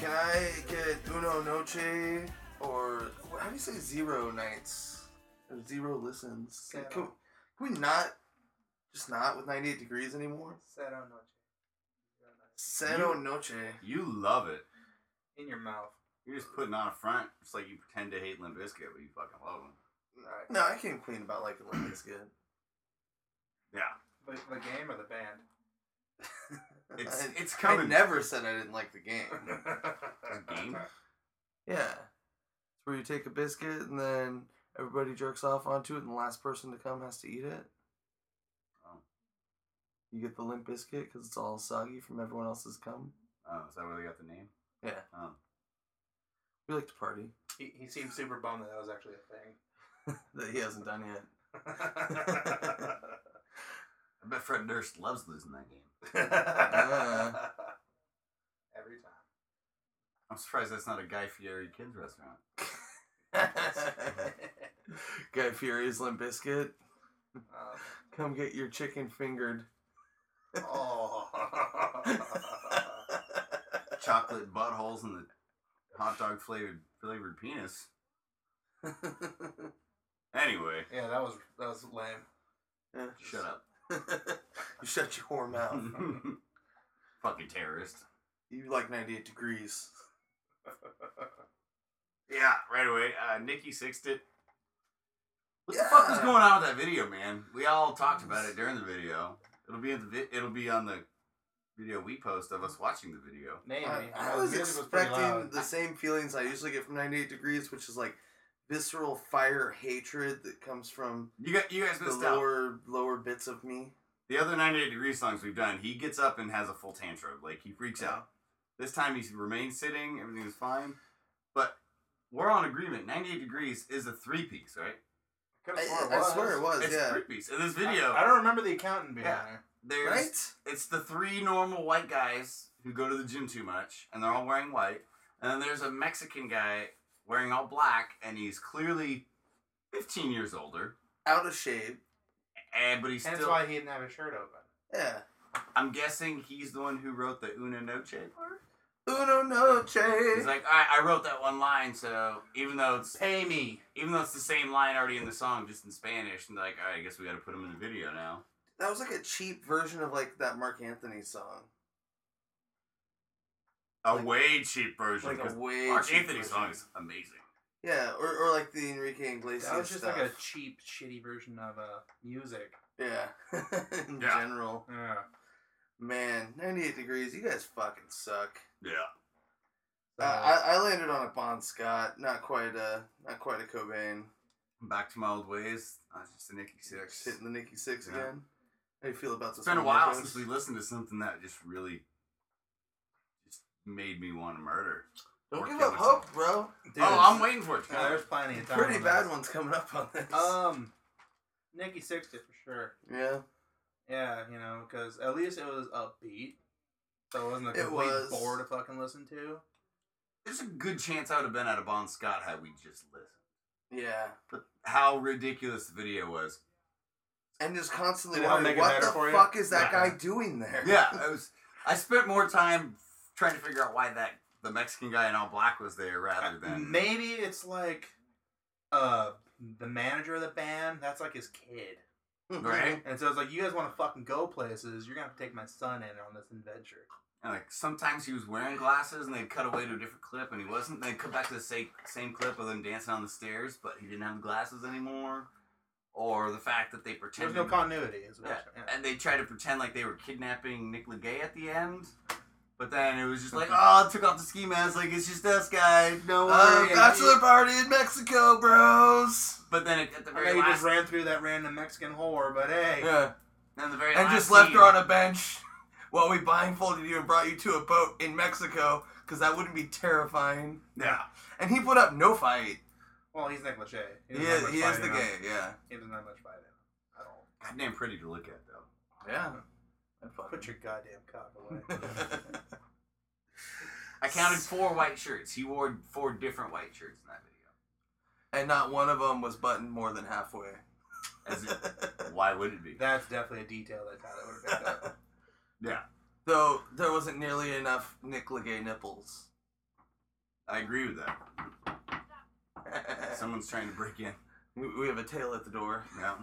Speaker 1: Can I get uno noche or how do you say zero nights or zero listens?
Speaker 3: Yeah.
Speaker 1: Can, can we not just not with 98 degrees anymore?
Speaker 3: Cero noche.
Speaker 1: Cero noche.
Speaker 2: You love it.
Speaker 3: In your mouth.
Speaker 2: You're just putting on a front. It's like you pretend to hate Limp Bizkit, but you fucking love them.
Speaker 3: Alright.
Speaker 1: No, I came clean about liking Limp Bizkit.
Speaker 2: Yeah.
Speaker 3: But the game or the band?
Speaker 2: It's
Speaker 1: I,
Speaker 2: it's
Speaker 1: I
Speaker 2: coming.
Speaker 1: never said I didn't like the game.
Speaker 2: The game?
Speaker 1: Yeah. It's where you take a biscuit and then everybody jerks off onto it and the last person to come has to eat it.
Speaker 2: Oh.
Speaker 1: You get the limp biscuit because it's all soggy from everyone else's cum.
Speaker 2: Oh, is that where they got the name?
Speaker 1: Yeah.
Speaker 2: Oh.
Speaker 1: We like to party.
Speaker 3: He, he seemed super bummed that that was actually a thing.
Speaker 1: That he hasn't done yet.
Speaker 2: I bet Fred Durst loves losing that game.
Speaker 3: Every time.
Speaker 2: I'm surprised that's not a Guy Fieri kids restaurant.
Speaker 1: Guy Fieri's limp biscuit.
Speaker 3: Um,
Speaker 1: Come get your chicken fingered.
Speaker 3: oh.
Speaker 2: Chocolate buttholes and the hot dog flavored flavored penis. Anyway,
Speaker 3: yeah, that was that was lame.
Speaker 1: Yeah.
Speaker 2: shut up.
Speaker 1: you shut your whore mouth.
Speaker 2: Fucking terrorist.
Speaker 1: You like 98 degrees.
Speaker 2: Yeah, right away. Uh, Nikki sixed it. What the
Speaker 1: Yeah.
Speaker 2: fuck was going on with that video, man? We all talked about it during the video. It'll be in the vi- it'll be on the video we post of us watching the video.
Speaker 3: Maybe.
Speaker 1: I,
Speaker 3: don't
Speaker 1: I
Speaker 3: know,
Speaker 1: was
Speaker 3: the music pretty
Speaker 1: expecting
Speaker 3: loud.
Speaker 1: the same feelings I usually get from 98 Degrees, which is like visceral fire hatred that comes from
Speaker 2: You got you guys
Speaker 1: the
Speaker 2: missed out.
Speaker 1: lower lower bits of me.
Speaker 2: The other 98 degree songs we've done, he gets up and has a full tantrum. Like he freaks out. This time he remains sitting. Everything's fine. But we're on agreement. 98 degrees is a three piece, right?
Speaker 3: Could've
Speaker 1: I,
Speaker 3: swore
Speaker 1: I swear it was,
Speaker 2: It's a
Speaker 1: yeah.
Speaker 2: three piece. In this video,
Speaker 3: I, I don't remember the accountant being
Speaker 2: Yeah.
Speaker 3: there.
Speaker 2: there's
Speaker 1: Right?
Speaker 2: it's the three normal white guys who go to the gym too much and they're all wearing white and then there's a mexican guy wearing all black and he's clearly 15 years older
Speaker 1: Out of shape.
Speaker 2: and but he's
Speaker 3: And that's
Speaker 2: still
Speaker 3: why he didn't have his shirt open.
Speaker 1: Yeah.
Speaker 2: i'm guessing he's the one who wrote the una noche part
Speaker 1: Uno noche.
Speaker 2: he's like all right, i wrote that one line so even though it's
Speaker 3: Pay me.
Speaker 2: even though it's the same line already in the song just in spanish and like all right, i guess we gotta put him in the video now
Speaker 1: That was like a cheap version of like that Mark Anthony song.
Speaker 2: a
Speaker 1: Like-
Speaker 2: way cheap version
Speaker 1: Like a
Speaker 2: 'cause
Speaker 1: way
Speaker 2: mark
Speaker 1: cheap
Speaker 2: anthony's
Speaker 1: version.
Speaker 2: song is amazing
Speaker 1: Yeah, or, or like the Enrique Iglesias
Speaker 3: That was just
Speaker 1: stuff.
Speaker 3: like a cheap, shitty version of uh, music.
Speaker 1: yeah. In
Speaker 2: Yeah.
Speaker 1: general,
Speaker 3: Yeah.
Speaker 1: man, 98 degrees. You guys fucking suck.
Speaker 2: yeah
Speaker 1: Uh, I, I landed on a Bon Scott, not quite a not quite a Cobain.
Speaker 2: back to my old ways i was just a nicky six
Speaker 1: Just hitting the Nikki Six
Speaker 2: Yeah.
Speaker 1: again. How do you feel about this?
Speaker 2: It's been a
Speaker 1: one,
Speaker 2: while
Speaker 1: Nicholas?
Speaker 2: since we listened to something that just really just made me want to murder.
Speaker 1: Don't
Speaker 2: or
Speaker 1: give
Speaker 2: kill
Speaker 1: up
Speaker 2: myself.
Speaker 1: hope, bro.
Speaker 3: Dude,
Speaker 2: oh, I'm waiting for it. To
Speaker 3: no,
Speaker 2: come.
Speaker 3: there's plenty of time.
Speaker 1: Pretty
Speaker 3: on
Speaker 1: bad
Speaker 3: this.
Speaker 1: ones coming up on this.
Speaker 3: Um, Nikki Sixty for sure.
Speaker 1: yeah,
Speaker 3: Yeah, you know, because at least it was upbeat, so it wasn't a
Speaker 1: It
Speaker 3: complete
Speaker 1: was.
Speaker 3: bore to fucking listen to.
Speaker 2: There's a good chance I would have been out of Bon Scott had we just listened.
Speaker 1: yeah,
Speaker 2: But how ridiculous the video was.
Speaker 1: and just constantly
Speaker 3: Did it help
Speaker 1: wondering
Speaker 3: make it
Speaker 1: what
Speaker 3: better
Speaker 1: the
Speaker 3: for you?
Speaker 1: fuck is that
Speaker 2: Yeah.
Speaker 1: guy doing there?
Speaker 2: Yeah, I was. I spent more time trying to figure out why that the Mexican guy in all black was there rather
Speaker 3: Uh,
Speaker 2: than
Speaker 3: Maybe it's like, uh, the manager of the band. That's like his kid,
Speaker 2: right.
Speaker 1: Mm-hmm.
Speaker 3: and so it's like you guys want to fucking go places. You're gonna have to take my son in on this adventure.
Speaker 2: And like sometimes he was wearing glasses, and they'd cut away to a different clip, and he wasn't. They'd come back to the same same clip of him dancing on the stairs, but he didn't have glasses anymore. Or the fact that they
Speaker 3: There's
Speaker 2: pretended
Speaker 3: no continuity. Is what
Speaker 2: yeah,
Speaker 3: you're saying.
Speaker 2: and they tried to pretend like they were kidnapping Nick Legay at the end. But then it was just like, oh, took off the ski mask, like it's just us guys, no worry.
Speaker 1: Oh,
Speaker 2: And
Speaker 1: bachelor
Speaker 2: he-
Speaker 1: party in Mexico, bros.
Speaker 2: But then at, at the
Speaker 3: I know
Speaker 2: very
Speaker 3: you
Speaker 2: last,
Speaker 3: just ran through that random Mexican whore, but hey,
Speaker 1: Yeah.
Speaker 2: then the very
Speaker 1: And
Speaker 2: last
Speaker 1: just left
Speaker 2: scene-
Speaker 1: her on a bench while we blindfolded you and brought you to a boat in Mexico because that wouldn't be terrifying.
Speaker 2: Yeah.
Speaker 1: And he put up no fight.
Speaker 3: well, he's Nick Lachey.
Speaker 1: He
Speaker 3: doesn't have
Speaker 1: is,
Speaker 3: much
Speaker 1: he is
Speaker 3: fight
Speaker 1: the
Speaker 3: in him.
Speaker 1: gay, yeah.
Speaker 3: He doesn't have much fight in him at all.
Speaker 2: Goddamn pretty to look at though.
Speaker 1: Yeah.
Speaker 3: Put your goddamn cock away.
Speaker 2: I counted four white shirts. He wore four different white shirts in that video.
Speaker 1: and not one of them was buttoned more than halfway.
Speaker 2: As it- why would it be?
Speaker 3: That's definitely a detail that Tyler would have picked up.
Speaker 1: Though there wasn't nearly enough Nick Legay nipples.
Speaker 2: I agree with that. Someone's trying to break in.
Speaker 1: we we have a tail at the door.
Speaker 2: Yeah.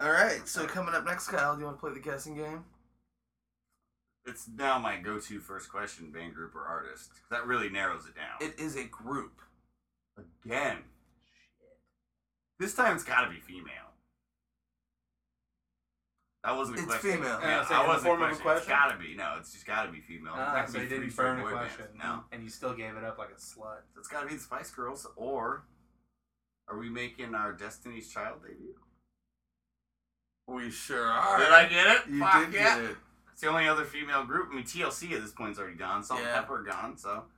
Speaker 1: All right, so coming up next, Kyle, do you want to play the guessing game?
Speaker 2: it's now my go-to first question: band group or artist? That really narrows it down.
Speaker 1: It is a group.
Speaker 2: Again. This time it's got to be female. That wasn't a
Speaker 1: It's
Speaker 2: question.
Speaker 1: female.
Speaker 2: Yeah,
Speaker 3: Yeah, so in
Speaker 2: I
Speaker 3: the
Speaker 2: wasn't
Speaker 3: form of a
Speaker 2: It's
Speaker 3: question?
Speaker 2: gotta be. No, it's just gotta be female. It's
Speaker 3: Ah,
Speaker 2: not
Speaker 3: so
Speaker 2: gonna
Speaker 3: you
Speaker 2: be three
Speaker 3: didn't
Speaker 2: straight
Speaker 3: burn the
Speaker 2: boy bands.
Speaker 3: question.
Speaker 2: No,
Speaker 3: And you still gave it up like a slut.
Speaker 2: it's gotta be the Spice Girls. Or are we making our Destiny's Child debut?
Speaker 1: We sure are.
Speaker 2: Did I get it?
Speaker 1: You
Speaker 2: Fuck
Speaker 1: did
Speaker 2: yeah.
Speaker 1: get it.
Speaker 2: It's the only other female group. I mean, TLC at this point is already gone. Salt and
Speaker 1: Yeah.
Speaker 2: Pepper are gone. So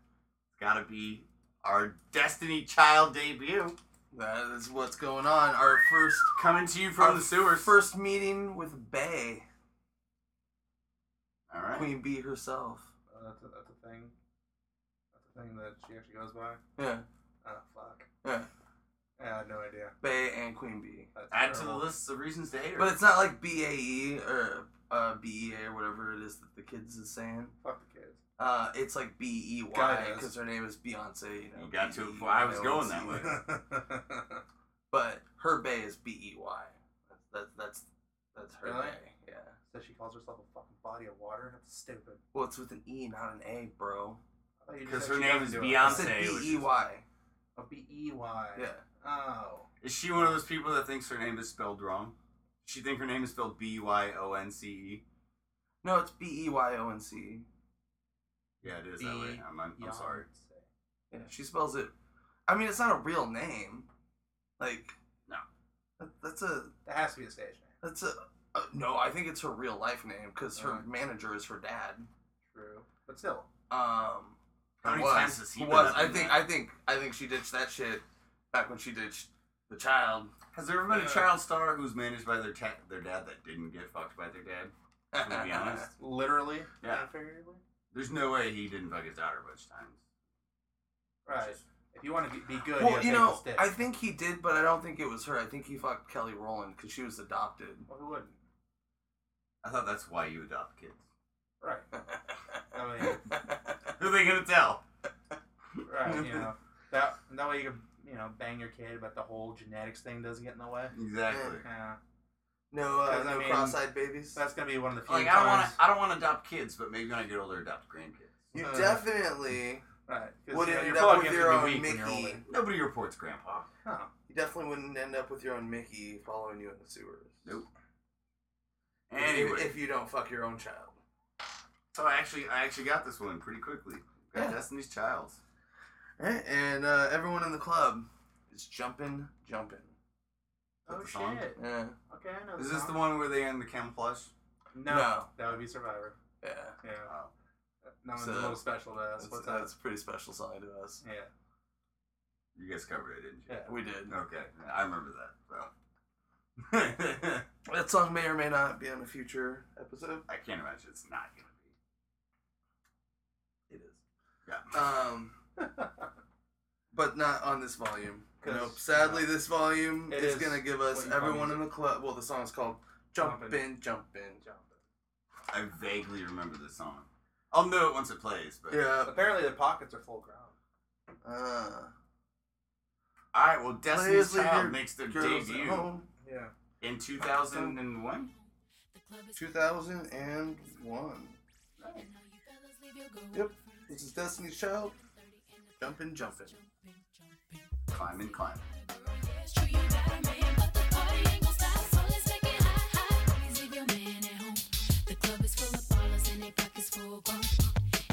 Speaker 2: it's gotta be our Destiny Child debut
Speaker 1: That is what's going on. Our first
Speaker 2: coming to you from
Speaker 1: our
Speaker 2: the sewers.
Speaker 1: First meeting with Bay,
Speaker 2: All right.
Speaker 1: Queen Bee herself.
Speaker 3: Uh, that's, a, that's a thing. That's a thing that she actually goes by.
Speaker 1: Yeah,
Speaker 3: Oh, fuck.
Speaker 1: yeah.
Speaker 3: Yeah, I had no idea.
Speaker 1: Bay and Queen Bee.
Speaker 3: That's
Speaker 2: Add to the
Speaker 3: terrible.
Speaker 2: list of reasons to hate her.
Speaker 1: But it's not like B A E or uh, B E A or whatever it is that the kids is saying.
Speaker 3: Fuck the kids.
Speaker 1: Uh, it's like B E
Speaker 3: God,
Speaker 1: Y
Speaker 3: yes.
Speaker 1: because her name is Beyonce. You, know,
Speaker 2: You got to it
Speaker 1: B E
Speaker 2: before I was going that
Speaker 1: Y O N C E.
Speaker 2: way.
Speaker 1: But her Bay is B E Y. That's that's that's her
Speaker 3: Really?
Speaker 1: Bay. Yeah.
Speaker 3: so she calls herself a fucking body of water? That's stupid.
Speaker 1: Well, it's with an E, not an A, bro.
Speaker 3: I thought you just
Speaker 2: Because
Speaker 3: said
Speaker 2: her
Speaker 3: she
Speaker 2: name
Speaker 3: doesn't
Speaker 2: is
Speaker 3: do it.
Speaker 1: I
Speaker 2: Beyonce.
Speaker 1: said
Speaker 2: which is-
Speaker 1: B E Y.
Speaker 3: Oh, B-E-Y.
Speaker 1: Yeah.
Speaker 3: Oh.
Speaker 2: Is she one of those people that thinks her name is spelled wrong? She think her name is spelled B Y O N C E.
Speaker 1: No, it's B E Y O N C E.
Speaker 2: Yeah, it is that way. I'm, I'm,
Speaker 3: E.
Speaker 2: I'm sorry.
Speaker 1: Yeah, she spells it. I mean, it's not a real name. Like,
Speaker 2: No.
Speaker 1: that, that's a
Speaker 3: That has to be a stage name.
Speaker 1: that's a uh, no. I think it's her real life name because her
Speaker 3: Yeah.
Speaker 1: manager is her dad.
Speaker 3: True. But still.
Speaker 1: Um,
Speaker 2: How many
Speaker 1: was-
Speaker 2: times has he been
Speaker 1: was?
Speaker 2: up
Speaker 1: I
Speaker 2: in
Speaker 1: think
Speaker 2: that?
Speaker 1: I think I think she ditched that shit back when she ditched the child.
Speaker 2: Has there ever been
Speaker 3: Yeah.
Speaker 2: a child star who's managed by their ta- their dad that didn't get fucked by their dad? I'm gonna be honest.
Speaker 3: Literally?
Speaker 2: Yeah.
Speaker 3: Not figuratively?
Speaker 2: There's no way he didn't fuck his daughter a bunch of times.
Speaker 3: Right. If you want to be, be good, you,
Speaker 1: well,
Speaker 3: gotta
Speaker 1: you
Speaker 3: take the
Speaker 1: know,
Speaker 3: stick.
Speaker 1: I think he did, but I don't think it was her. I think he fucked Kelly Rowland because she was adopted.
Speaker 3: Well, who wouldn't?
Speaker 2: I thought that's why you adopt kids.
Speaker 3: Right. I mean,
Speaker 2: Who are they gonna tell?
Speaker 3: right. You know, that that way you can you know bang your kid, but the whole genetics thing doesn't get in the way.
Speaker 2: Exactly.
Speaker 3: Yeah.
Speaker 1: no, uh,
Speaker 3: Because, I
Speaker 1: no
Speaker 3: mean,
Speaker 1: cross-eyed babies.
Speaker 3: So that's gonna be one of the few
Speaker 2: Like I don't want
Speaker 3: times.
Speaker 2: to. I don't want to adopt kids, but maybe when I get older, adopt grandkids.
Speaker 1: You
Speaker 3: Uh,
Speaker 1: definitely
Speaker 3: Right. 'Cause,
Speaker 1: would
Speaker 3: you know,
Speaker 1: end
Speaker 3: your
Speaker 1: up
Speaker 3: plug
Speaker 1: with
Speaker 3: has
Speaker 1: your
Speaker 3: to be
Speaker 1: own
Speaker 3: weak when you're
Speaker 1: Mickey.
Speaker 3: older.
Speaker 2: Nobody reports grandpa.
Speaker 3: Huh.
Speaker 1: You definitely wouldn't end up with your own Mickey following you in the sewers.
Speaker 2: Nope.
Speaker 1: If-
Speaker 2: Anyway,
Speaker 1: If, you don't fuck your own child.
Speaker 2: so I actually I actually got this one pretty quickly. Got
Speaker 1: Yeah.
Speaker 2: Destiny's Child.
Speaker 1: Alright, and uh, everyone in the club is jumping, jumping.
Speaker 2: Is that
Speaker 3: Oh
Speaker 2: the song?
Speaker 3: shit.
Speaker 1: Yeah.
Speaker 3: Okay, I know.
Speaker 2: Is this the
Speaker 3: song.
Speaker 2: one where they end the camouflage?
Speaker 3: No,
Speaker 1: No.
Speaker 3: that would be Survivor.
Speaker 1: Yeah.
Speaker 3: Yeah.
Speaker 2: Oh.
Speaker 3: That one's
Speaker 1: So,
Speaker 3: a little special to us.
Speaker 1: That's,
Speaker 3: What's
Speaker 1: that's
Speaker 3: that?
Speaker 1: a pretty special song to us.
Speaker 3: Yeah.
Speaker 2: You guys covered it, didn't you?
Speaker 3: Yeah.
Speaker 1: We did.
Speaker 2: Okay, I remember that. So
Speaker 1: That song may or may not be on a future episode.
Speaker 2: I can't imagine it's not gonna be.
Speaker 1: It is.
Speaker 2: Yeah.
Speaker 1: Um, but not on this volume.
Speaker 3: 'Cause,
Speaker 1: Nope. Sadly, this volume
Speaker 3: It
Speaker 1: is
Speaker 3: is
Speaker 1: going to give
Speaker 3: what
Speaker 1: us
Speaker 3: you call
Speaker 1: everyone in the club. Well, the song's called
Speaker 3: Jumpin'.
Speaker 1: Jumpin', Jumpin'.
Speaker 2: I vaguely remember this song. I'll know it once it plays. But
Speaker 1: Yeah.
Speaker 3: Apparently, the pockets are full ground.
Speaker 1: Uh,
Speaker 2: All right. Well, Destiny's
Speaker 1: Players leave
Speaker 2: Child
Speaker 1: your
Speaker 2: makes their
Speaker 1: girls at
Speaker 2: debut
Speaker 1: home.
Speaker 3: Yeah.
Speaker 2: in 2001.
Speaker 1: 2001. Yep. This is Destiny's Child. Jumpin', jumpin'.
Speaker 2: Climbing, climbing.
Speaker 6: It's true you got a man, but the party ain't gon' stop. So let's make it hot, hot. Please leave your man at home. The club is full of ballers and they pockets full grown.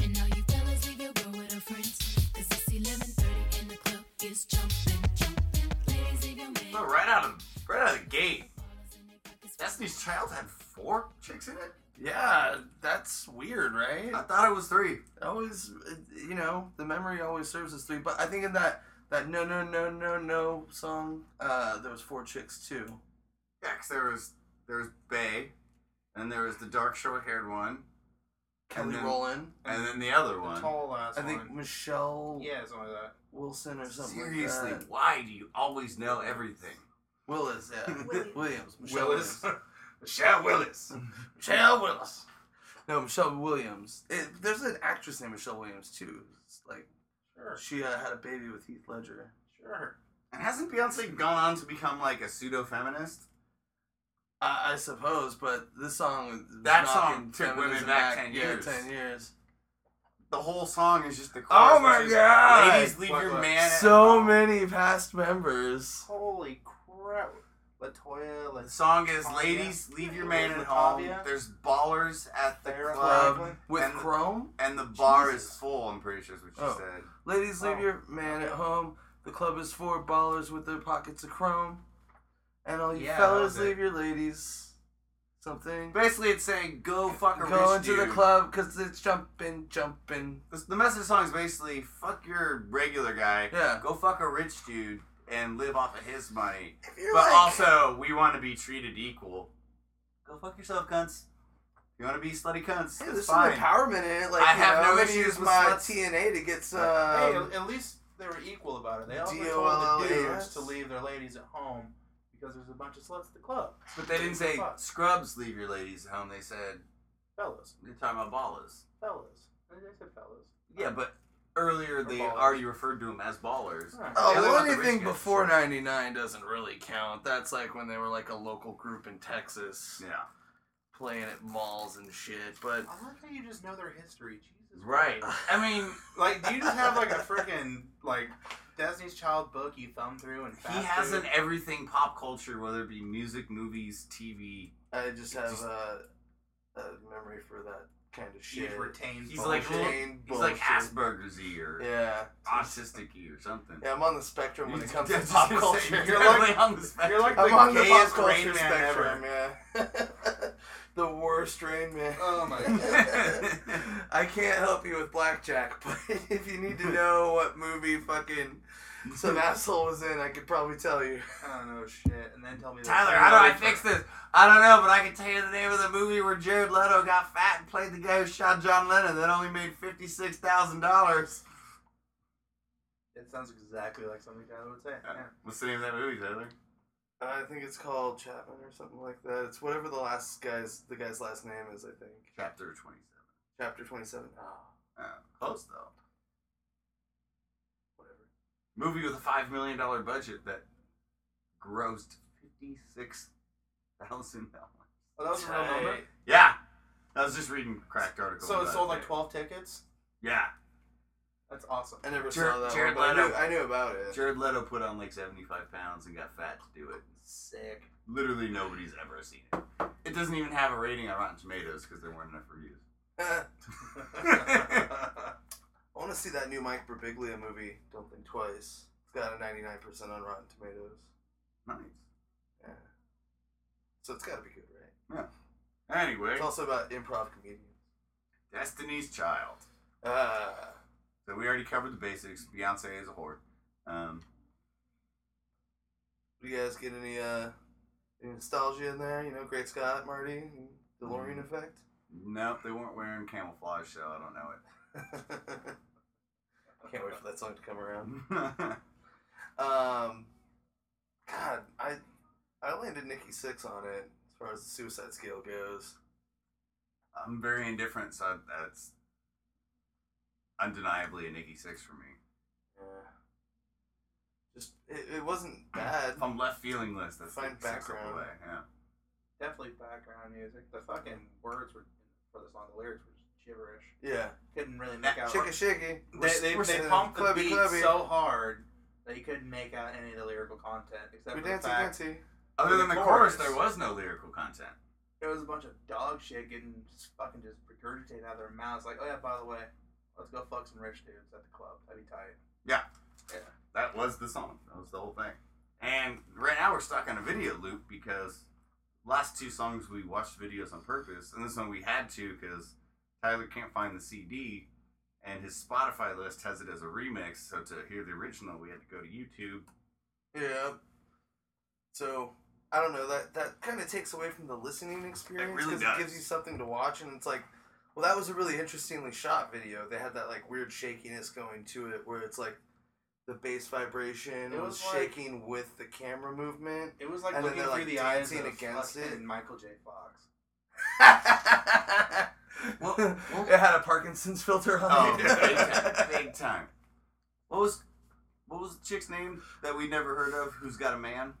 Speaker 6: And all you fellas leave your girl with her friends. 'Cause it's 11:30 and the club is jumping, jumping. Ladies, leave your man.
Speaker 2: So Oh, right out of right out of the gate, Destiny's Child had four chicks in it.
Speaker 1: Yeah, that's weird, right?
Speaker 2: I thought it was three.
Speaker 1: always uh, you know the memory always serves as three but i think in that that no no no no no song uh there was four chicks too
Speaker 2: Yeah, 'cause there was there was Bay, and there was the dark short-haired one,
Speaker 1: kelly
Speaker 2: then-
Speaker 1: rowland
Speaker 2: and then the other
Speaker 3: The
Speaker 2: one.
Speaker 3: tall ass
Speaker 1: i think
Speaker 3: one.
Speaker 1: michelle
Speaker 3: Yeah, something like that.
Speaker 1: wilson or something like
Speaker 2: Seriously,
Speaker 1: that.
Speaker 2: why do you always know everything?
Speaker 1: willis yeah
Speaker 4: Williams.
Speaker 1: williams michelle willis,
Speaker 2: Michelle Willis.
Speaker 1: michelle willis no michelle williams it, there's an actress named michelle williams too it's like
Speaker 3: Sure,
Speaker 1: she uh, had a baby with heath ledger
Speaker 3: sure.
Speaker 2: And hasn't Beyonce gone on to become like a pseudo feminist?
Speaker 1: I, I suppose, but this song is
Speaker 2: That
Speaker 1: knocking
Speaker 2: song took women
Speaker 1: feminism
Speaker 2: back 10
Speaker 1: yeah,
Speaker 2: years.
Speaker 1: ten years.
Speaker 2: The whole song is just the chorus.
Speaker 1: Oh my
Speaker 2: which is,
Speaker 1: God!
Speaker 2: Ladies, leave
Speaker 3: What,
Speaker 2: your
Speaker 3: what?
Speaker 2: man. at
Speaker 1: so
Speaker 2: home."
Speaker 1: many past members.
Speaker 3: Holy crap. Latoya,
Speaker 2: The
Speaker 3: Latoya.
Speaker 2: song is
Speaker 3: Tavia.
Speaker 2: "Ladies, leave your man at
Speaker 3: Tavia.
Speaker 2: home." There's ballers at the
Speaker 3: Sarah
Speaker 2: club,
Speaker 1: Um,
Speaker 3: Franklin.
Speaker 1: with
Speaker 2: And-
Speaker 1: Chrome,
Speaker 2: and the bar is
Speaker 1: Jesus.
Speaker 2: full. I'm pretty sure is what she
Speaker 1: Oh.
Speaker 2: said.
Speaker 1: ladies leave
Speaker 3: Wow.
Speaker 1: your man at home. The club is for ballers with their pockets of chrome, and all you
Speaker 2: Yeah, that
Speaker 1: fellas
Speaker 2: was it.
Speaker 1: leave your ladies something.
Speaker 2: Basically, it's saying go fuck a
Speaker 1: Go
Speaker 2: rich
Speaker 1: into the
Speaker 2: dude.
Speaker 1: club because it's jumping, jumping.
Speaker 2: The, the message of the song is basically fuck your regular guy.
Speaker 1: Yeah.
Speaker 2: Go fuck a rich dude and live off of his money.
Speaker 1: You're
Speaker 2: but
Speaker 1: like-
Speaker 2: also, we want to be treated equal. Go fuck yourself, cunts. You want to be slutty cunts?
Speaker 1: Hey,
Speaker 2: that's
Speaker 1: there's some
Speaker 2: fine.
Speaker 1: empowerment in it. Like
Speaker 2: I
Speaker 1: you
Speaker 2: have
Speaker 1: know,
Speaker 2: no
Speaker 1: I'm gonna
Speaker 2: issues
Speaker 1: use
Speaker 2: with
Speaker 1: my
Speaker 2: sluts.
Speaker 1: TNA to get some.
Speaker 3: Hey,
Speaker 2: um,
Speaker 3: at- at least they were equal about it. They also told
Speaker 1: DOLLS.
Speaker 3: the dudes to leave their ladies at home because there's a bunch of sluts at the club.
Speaker 2: But they didn't say
Speaker 3: Fuck.
Speaker 2: scrubs leave your ladies at home. They said
Speaker 3: Fellas.
Speaker 2: they're talking about ballers.
Speaker 3: Fellas. They said fellas.
Speaker 2: Yeah, but earlier
Speaker 3: Or
Speaker 2: they
Speaker 3: ballers.
Speaker 2: already referred to them as ballers.
Speaker 3: Alright.
Speaker 1: Oh,
Speaker 2: Yeah, they
Speaker 1: well,
Speaker 2: want the rich
Speaker 1: anything
Speaker 2: guys.
Speaker 1: before '99 doesn't really count. That's like when they were like a local group in Texas
Speaker 2: Yeah.
Speaker 1: playing at malls and shit. But
Speaker 3: I like how you just know their history. Jesus.
Speaker 2: Right. I mean,
Speaker 3: Like, do you just have like a freaking like Destiny's Child book you thumb through and
Speaker 2: he
Speaker 3: fast
Speaker 2: has
Speaker 3: food?
Speaker 2: an everything pop culture, whether it be music, movies, TV.
Speaker 1: I just have
Speaker 2: Just-
Speaker 1: a, a memory for that kind of
Speaker 3: You've
Speaker 1: shit.
Speaker 3: retained
Speaker 2: He's
Speaker 3: bullshit.
Speaker 2: like little-
Speaker 1: Bullshit,
Speaker 2: He's like
Speaker 1: bullshit.
Speaker 2: Asperger's E or
Speaker 1: Yeah.
Speaker 2: autistic E or something.
Speaker 1: Yeah, I'm on the spectrum when it
Speaker 2: He's
Speaker 1: comes to
Speaker 2: just
Speaker 1: pop
Speaker 2: saying,
Speaker 1: culture.
Speaker 2: You're
Speaker 3: like-
Speaker 2: like on the spectrum.
Speaker 3: you're like
Speaker 1: I'm
Speaker 3: the
Speaker 1: on the pop
Speaker 3: gayest
Speaker 1: culture
Speaker 3: Rain Man
Speaker 1: spectrum, yeah. the worst Rain Man.
Speaker 3: Oh my
Speaker 2: God.
Speaker 1: I can't help you with blackjack, but if you need to know what movie fucking some asshole was in, I could probably tell you.
Speaker 3: I don't know shit, and then tell me. that-
Speaker 2: Tyler, how do I fix this? I don't know, but I can tell you the name of the movie where Jared Leto got fat and played the guy who shot John Lennon that only made fifty-six thousand dollars.
Speaker 3: It sounds exactly like something Tyler would say. Yeah.
Speaker 2: What's the name of that movie, Tyler?
Speaker 1: I think it's called Chapman or something like that. It's whatever the last guy's the guy's last name is. I think
Speaker 2: Chapter twenty-seven.
Speaker 1: chapter twenty-seven. Oh.
Speaker 2: Uh, close though. Whatever. Movie with a five million dollar budget that grossed fifty-six thousand dollars.
Speaker 3: Oh, that was a real number.
Speaker 2: Yeah, I was just reading cracked articles.
Speaker 3: So it
Speaker 2: about
Speaker 3: sold like
Speaker 2: yeah.
Speaker 3: twelve tickets.
Speaker 2: Yeah.
Speaker 3: That's awesome.
Speaker 1: I never
Speaker 2: Jared-
Speaker 1: saw that
Speaker 2: Jared
Speaker 1: one, but I
Speaker 2: Leto.
Speaker 1: knew, I knew about it.
Speaker 2: Jared Leto put on like 75 pounds and got fat to do it. Sick. Literally nobody's ever seen it. It doesn't even have a rating on Rotten Tomatoes because there weren't enough reviews.
Speaker 1: Uh, I want to see that new Mike Birbiglia movie. Don't think twice. It's got a ninety-nine percent on Rotten Tomatoes.
Speaker 2: nice.
Speaker 1: Yeah. So it's got to be good, right?
Speaker 2: Anyway,
Speaker 1: It's also about improv comedians.
Speaker 2: Destiny's Child.
Speaker 1: Uh,
Speaker 2: So we already covered the basics. Beyonce is a whore. Um,
Speaker 1: do you guys get any uh any nostalgia in there? You know, Great Scott, Marty, and DeLorean effect.
Speaker 2: nope, they weren't wearing camouflage, so I don't
Speaker 1: Can't wait for that song to come around.
Speaker 2: know it.
Speaker 1: Um, God, I I landed Nikki Six on it as far as the Suicide Scale goes.
Speaker 2: I'm very indifferent, so that's undeniably a Nikki Six for me.
Speaker 1: Yeah. Just it, it wasn't bad.
Speaker 2: If I'm left feelingless, that's
Speaker 1: Find
Speaker 2: like six up
Speaker 1: background.
Speaker 2: away, Yeah.
Speaker 3: Definitely background music. The fucking words were for the song. The lyrics were just gibberish.
Speaker 1: Yeah.
Speaker 3: Couldn't really
Speaker 2: That
Speaker 3: make out.
Speaker 1: Shiki shiki.
Speaker 3: They, they,
Speaker 1: We're
Speaker 3: they
Speaker 1: singing
Speaker 3: pumped the
Speaker 1: clubby,
Speaker 3: beat
Speaker 1: clubby.
Speaker 3: so hard that you couldn't make out any of the lyrical content except
Speaker 1: We
Speaker 3: for the
Speaker 1: dancey
Speaker 3: fact
Speaker 1: dancey.
Speaker 2: Other
Speaker 3: The
Speaker 2: than the chorus,
Speaker 3: chorus.
Speaker 2: there was no lyrical content.
Speaker 3: there was a bunch of dog shit getting just fucking just regurgitated out of their mouths. Like, oh yeah, by the way, let's go fuck some rich dudes at the club. That'd be tight.
Speaker 2: That was the song. That was the whole thing. And right now we're stuck on a video loop because last two songs we watched videos on purpose, and this one we had to because Tyler can't find the CD, and his Spotify list has it as a remix. So to hear the original, we had to go to YouTube.
Speaker 1: Yeah. So I don't know that that kind of takes away from the listening experience
Speaker 2: really
Speaker 1: because it,
Speaker 2: does.
Speaker 1: gives you something to watch, and it's like, well, that was a really interestingly shot video. They had that like weird shakiness going to it, where it's like the bass vibration
Speaker 3: It
Speaker 1: was,
Speaker 3: was like-
Speaker 1: shaking with the camera movement.
Speaker 3: It was like
Speaker 1: And then
Speaker 3: looking
Speaker 1: they're,
Speaker 3: through
Speaker 1: like,
Speaker 3: the eyes
Speaker 1: dancing
Speaker 3: of
Speaker 1: against
Speaker 3: fucking
Speaker 1: it.
Speaker 3: Michael J. Fox.
Speaker 2: Well, well-
Speaker 1: it had a Parkinson's filter on
Speaker 2: Oh, big time,
Speaker 1: it.
Speaker 2: big time. What was what was the chick's name that we never heard of? Who's got a man?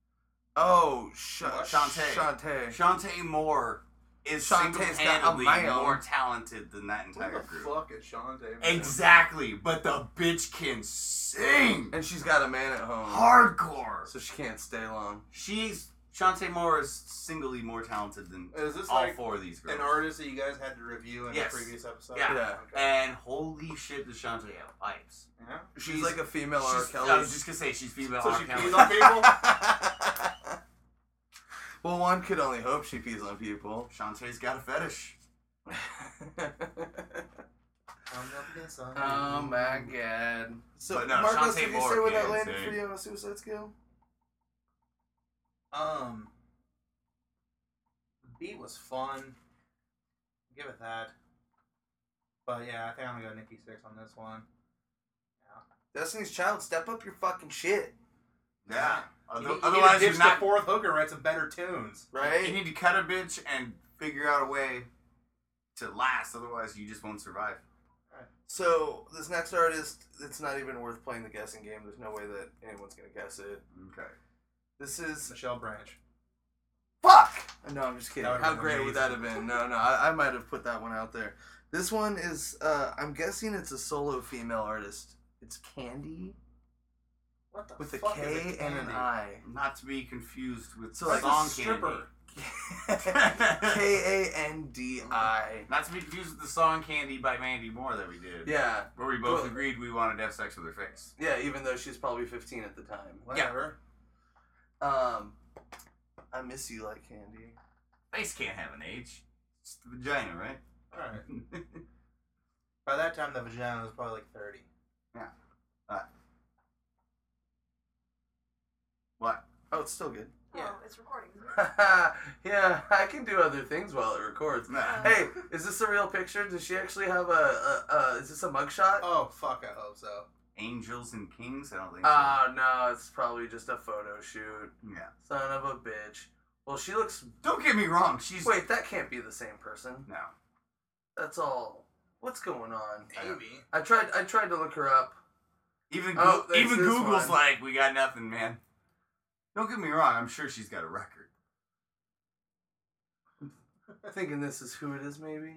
Speaker 1: oh, Sh-
Speaker 2: What?
Speaker 1: Shantae.
Speaker 2: Shantae. Shantae Moore is
Speaker 1: Shantae's got a
Speaker 2: single-handedly
Speaker 1: man.
Speaker 2: more talented than that
Speaker 3: What
Speaker 2: entire
Speaker 3: the
Speaker 2: group.
Speaker 3: fuck is Sean Davis?
Speaker 2: Exactly, but the bitch can sing
Speaker 1: And she's got a man at home,
Speaker 2: hardcore.
Speaker 1: so she can't stay long.
Speaker 2: She's Shantae Moore is singly more talented than
Speaker 3: Is this
Speaker 2: all
Speaker 3: like
Speaker 2: four of these girls.
Speaker 3: an artist that you guys had to review in
Speaker 2: Yes.
Speaker 3: a previous episode?
Speaker 2: Yeah.
Speaker 1: Yeah.
Speaker 3: Okay.
Speaker 2: And holy shit, does Shantae have pipes?
Speaker 3: yeah.
Speaker 1: She's,
Speaker 2: She's-
Speaker 1: like a female R.
Speaker 2: She's-
Speaker 1: Kelly.
Speaker 2: I was just gonna say she's female.
Speaker 3: So
Speaker 2: R.
Speaker 3: she
Speaker 2: Kelly.
Speaker 3: pees on people?
Speaker 1: well, one could only hope she pees on people.
Speaker 2: Shantae's got a fetish.
Speaker 3: I'm up against something.
Speaker 1: oh my god. So,
Speaker 2: But no,
Speaker 1: Marcos,
Speaker 2: Shantae
Speaker 1: did you say
Speaker 2: Moore
Speaker 1: where that
Speaker 2: can
Speaker 1: landed
Speaker 2: sing.
Speaker 1: for you on Suicide Skill?
Speaker 3: Um, beat was fun. Give it that. But yeah, I think I'm gonna go Nikki Six on this one.
Speaker 1: Destiny's Child, step up your fucking shit,
Speaker 2: Yeah.
Speaker 3: You-
Speaker 2: Other-
Speaker 3: you need to
Speaker 2: Otherwise,
Speaker 3: ditch
Speaker 2: you're not.
Speaker 3: the fourth hooker. Write some better tunes.
Speaker 2: You
Speaker 1: right?
Speaker 2: need to cut a bitch and figure out a way to last. Otherwise, you just won't survive.
Speaker 1: So, this next artist, it's not even worth playing the guessing game. There's no way that anyone's gonna guess it.
Speaker 2: Okay.
Speaker 1: This is.
Speaker 3: Michelle Branch.
Speaker 1: Fuck! No, I'm just kidding.
Speaker 3: That would've
Speaker 1: How
Speaker 3: been
Speaker 1: great would that have been? No, no, I, I might have put that one out there. This one is, uh, I'm guessing it's a solo female artist. It's Candy
Speaker 3: What the
Speaker 1: with a
Speaker 3: fuck is
Speaker 1: K
Speaker 3: it?
Speaker 1: and an
Speaker 2: Candy?
Speaker 1: I.
Speaker 2: Not to be confused with
Speaker 1: So, like,
Speaker 2: song
Speaker 3: a stripper.
Speaker 2: candy.
Speaker 1: K A N D I.
Speaker 2: Not to be confused with the song "Candy" by Mandy Moore that we did.
Speaker 1: Yeah,
Speaker 2: Where we both
Speaker 1: Well-
Speaker 2: agreed we wanted to have sex with her face.
Speaker 1: yeah. Even though she's probably 15 at the time.
Speaker 3: Whatever.
Speaker 1: Um, I miss you like candy.
Speaker 2: Face can't have an age. It's the vagina, right?
Speaker 3: All right. By that time, the vagina was probably like thirty.
Speaker 2: what?
Speaker 1: Oh, it's still good.
Speaker 3: Yeah.
Speaker 4: Oh, it's recording.
Speaker 1: yeah, I can do other things while it records.
Speaker 2: Nah.
Speaker 1: Hey, is this a real picture? Does she actually have a? a, a is this a mugshot?
Speaker 3: Oh fuck! I hope so.
Speaker 2: Angels and kings? I don't think so.
Speaker 1: Oh no, it's probably just a photo shoot.
Speaker 2: yeah.
Speaker 1: Son of a bitch. Well, she looks.
Speaker 2: Don't get me wrong. She's
Speaker 1: Wait, that can't be the same person.
Speaker 2: no.
Speaker 1: That's all. What's going on?
Speaker 2: I don't-
Speaker 3: Maybe.
Speaker 1: I tried. I tried to look her up.
Speaker 2: Even
Speaker 1: Oh,
Speaker 2: Goo-
Speaker 1: there's
Speaker 2: even
Speaker 1: this
Speaker 2: Google's
Speaker 1: one.
Speaker 2: like, we got nothing, man. Don't get me wrong. I'm sure she's got a record.
Speaker 1: thinking this is who it is, maybe.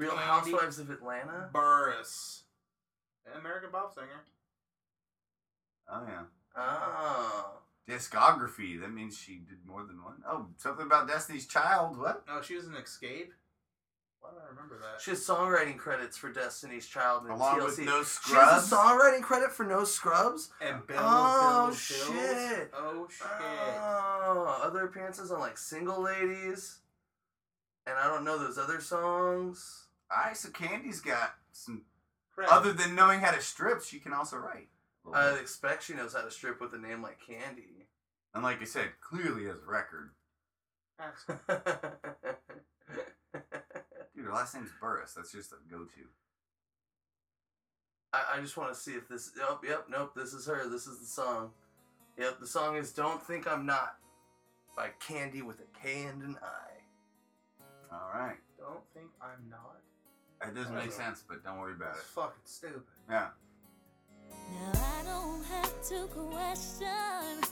Speaker 1: Real
Speaker 3: Maybe.
Speaker 1: Housewives of Atlanta.
Speaker 3: Burris. American pop singer.
Speaker 2: Oh yeah.
Speaker 1: Oh,
Speaker 2: Discography. That means she did more than one. Oh, something about Destiny's Child. What?
Speaker 3: No, she was an Escape. Why do I remember that?
Speaker 1: she has songwriting credits for Destiny's Child and
Speaker 2: Along
Speaker 1: TLC.
Speaker 2: with No
Speaker 1: she has
Speaker 2: Scrubs.
Speaker 1: a songwriting credit for No Scrubs.
Speaker 3: And Bill,
Speaker 1: Oh,
Speaker 3: Bill,
Speaker 1: shit.
Speaker 3: Oh shit!
Speaker 1: Oh, other appearances on like Single Ladies, and I don't know those other songs.
Speaker 2: Alright, so Candy's got some.
Speaker 3: Crap.
Speaker 2: Other than knowing how to strip, she can also write.
Speaker 1: I expect she knows how to strip with a name like Candy.
Speaker 2: and like I said, clearly has a record. Dude, her last name's Burris. That's just a go-to.
Speaker 1: I, I just want to see if this. Yep, yep, nope. This is her. This is the song. Yep, the song is "Don't Think I'm Not" by Candy with a K and an I.
Speaker 2: All right.
Speaker 3: Don't think I'm not.
Speaker 2: That doesn't
Speaker 1: Okay.
Speaker 2: make sense, but don't worry about
Speaker 3: That's
Speaker 2: it.
Speaker 3: fucking stupid.
Speaker 2: Yeah.
Speaker 6: Now I don't have to question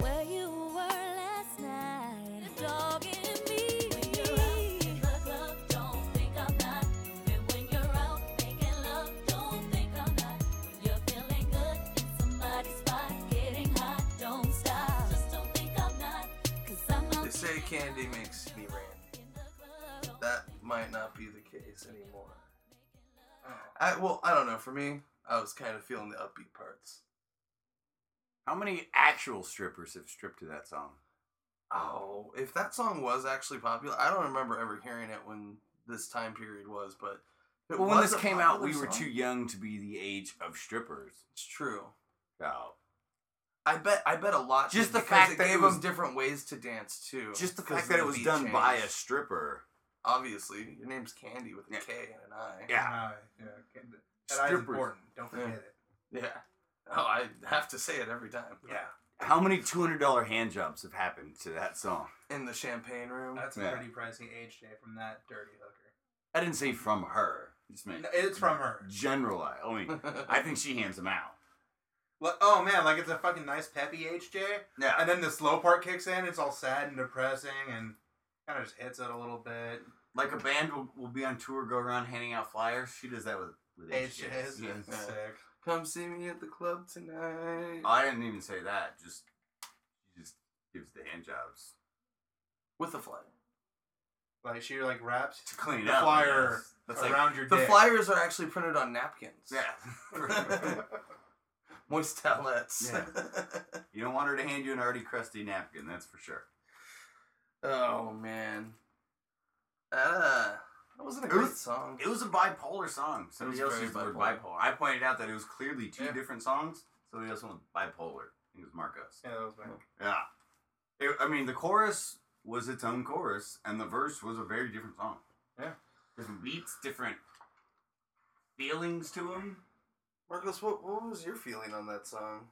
Speaker 6: where you were last night. The dog in me. When you're out in the club, don't think I'm not.
Speaker 1: Free candy makes me randy. That might not be the case anymore.
Speaker 2: Oh.
Speaker 1: I well, I don't know. For me, I was kind of feeling the upbeat parts.
Speaker 2: How many actual strippers have stripped to that song?
Speaker 1: Oh, if that song was actually popular, I don't remember ever hearing it when this time period was, but it
Speaker 2: Well, when
Speaker 1: was
Speaker 2: this
Speaker 1: a
Speaker 2: came out,
Speaker 1: popular
Speaker 2: we were
Speaker 1: song.
Speaker 2: too young to be the age of strippers.
Speaker 1: It's true.
Speaker 2: So,
Speaker 1: I bet. I bet a lot.
Speaker 2: Just
Speaker 1: did
Speaker 2: the
Speaker 1: because
Speaker 2: fact
Speaker 1: it
Speaker 2: that it
Speaker 1: gave
Speaker 2: was-
Speaker 1: them different ways to dance too.
Speaker 2: just the
Speaker 1: 'cause
Speaker 2: fact that
Speaker 1: the
Speaker 2: it was
Speaker 1: beat
Speaker 2: done by a
Speaker 1: changed.
Speaker 2: stripper.
Speaker 1: obviously your name's Candy with a K
Speaker 2: Yeah.
Speaker 1: and an I.
Speaker 2: Yeah.
Speaker 3: yeah. That that is
Speaker 2: Strippers.
Speaker 3: important. Don't
Speaker 1: Yeah.
Speaker 3: forget it.
Speaker 1: Yeah. Oh, I have to say it every time.
Speaker 2: How many two hundred dollar hand jobs have happened to that song?
Speaker 1: In the champagne room.
Speaker 3: That's
Speaker 2: Yeah.
Speaker 3: a pretty pricey age day from that dirty hooker.
Speaker 2: I didn't say from her. Just meant
Speaker 3: No, it's from her.
Speaker 2: generalize. I mean, I think she hands them out.
Speaker 3: Like, oh man, like it's a fucking nice peppy HJ,
Speaker 2: Yeah.
Speaker 3: and then the slow part kicks in. It's all sad and depressing, and kind of just hits it a little bit.
Speaker 2: like a band will, will be on tour, go around handing out flyers. She does that with with
Speaker 3: HJs,
Speaker 2: HJs.
Speaker 3: sick.
Speaker 1: Come see me at the club tonight.
Speaker 2: I didn't even say that. Just she just gives the hand jobs
Speaker 1: With the flyer.
Speaker 3: Like she like wraps
Speaker 2: to clean
Speaker 3: the
Speaker 2: up. I
Speaker 3: flyer
Speaker 2: guess. That's like
Speaker 3: around your
Speaker 1: The
Speaker 3: dick.
Speaker 1: flyers are actually printed on napkins.
Speaker 2: yeah.
Speaker 1: Moist towelettes.
Speaker 2: you don't want her to hand you an already crusty napkin. That's for sure.
Speaker 1: oh man. Uh, that wasn't a
Speaker 2: It was-
Speaker 1: great song.
Speaker 2: It was a bipolar song. Somebody
Speaker 1: It was
Speaker 2: else
Speaker 1: very
Speaker 2: used the word
Speaker 1: bipolar.
Speaker 2: bipolar. I pointed out that it was clearly two
Speaker 3: Yeah.
Speaker 2: different songs. Somebody else went bipolar. I think it was Marcos.
Speaker 3: Yeah, that was my-
Speaker 2: Yeah. It, I mean, the chorus was its own chorus, and the verse was a very different song.
Speaker 3: Yeah.
Speaker 2: Different beats, different feelings to them.
Speaker 1: Marcos, what what was your feeling on that song?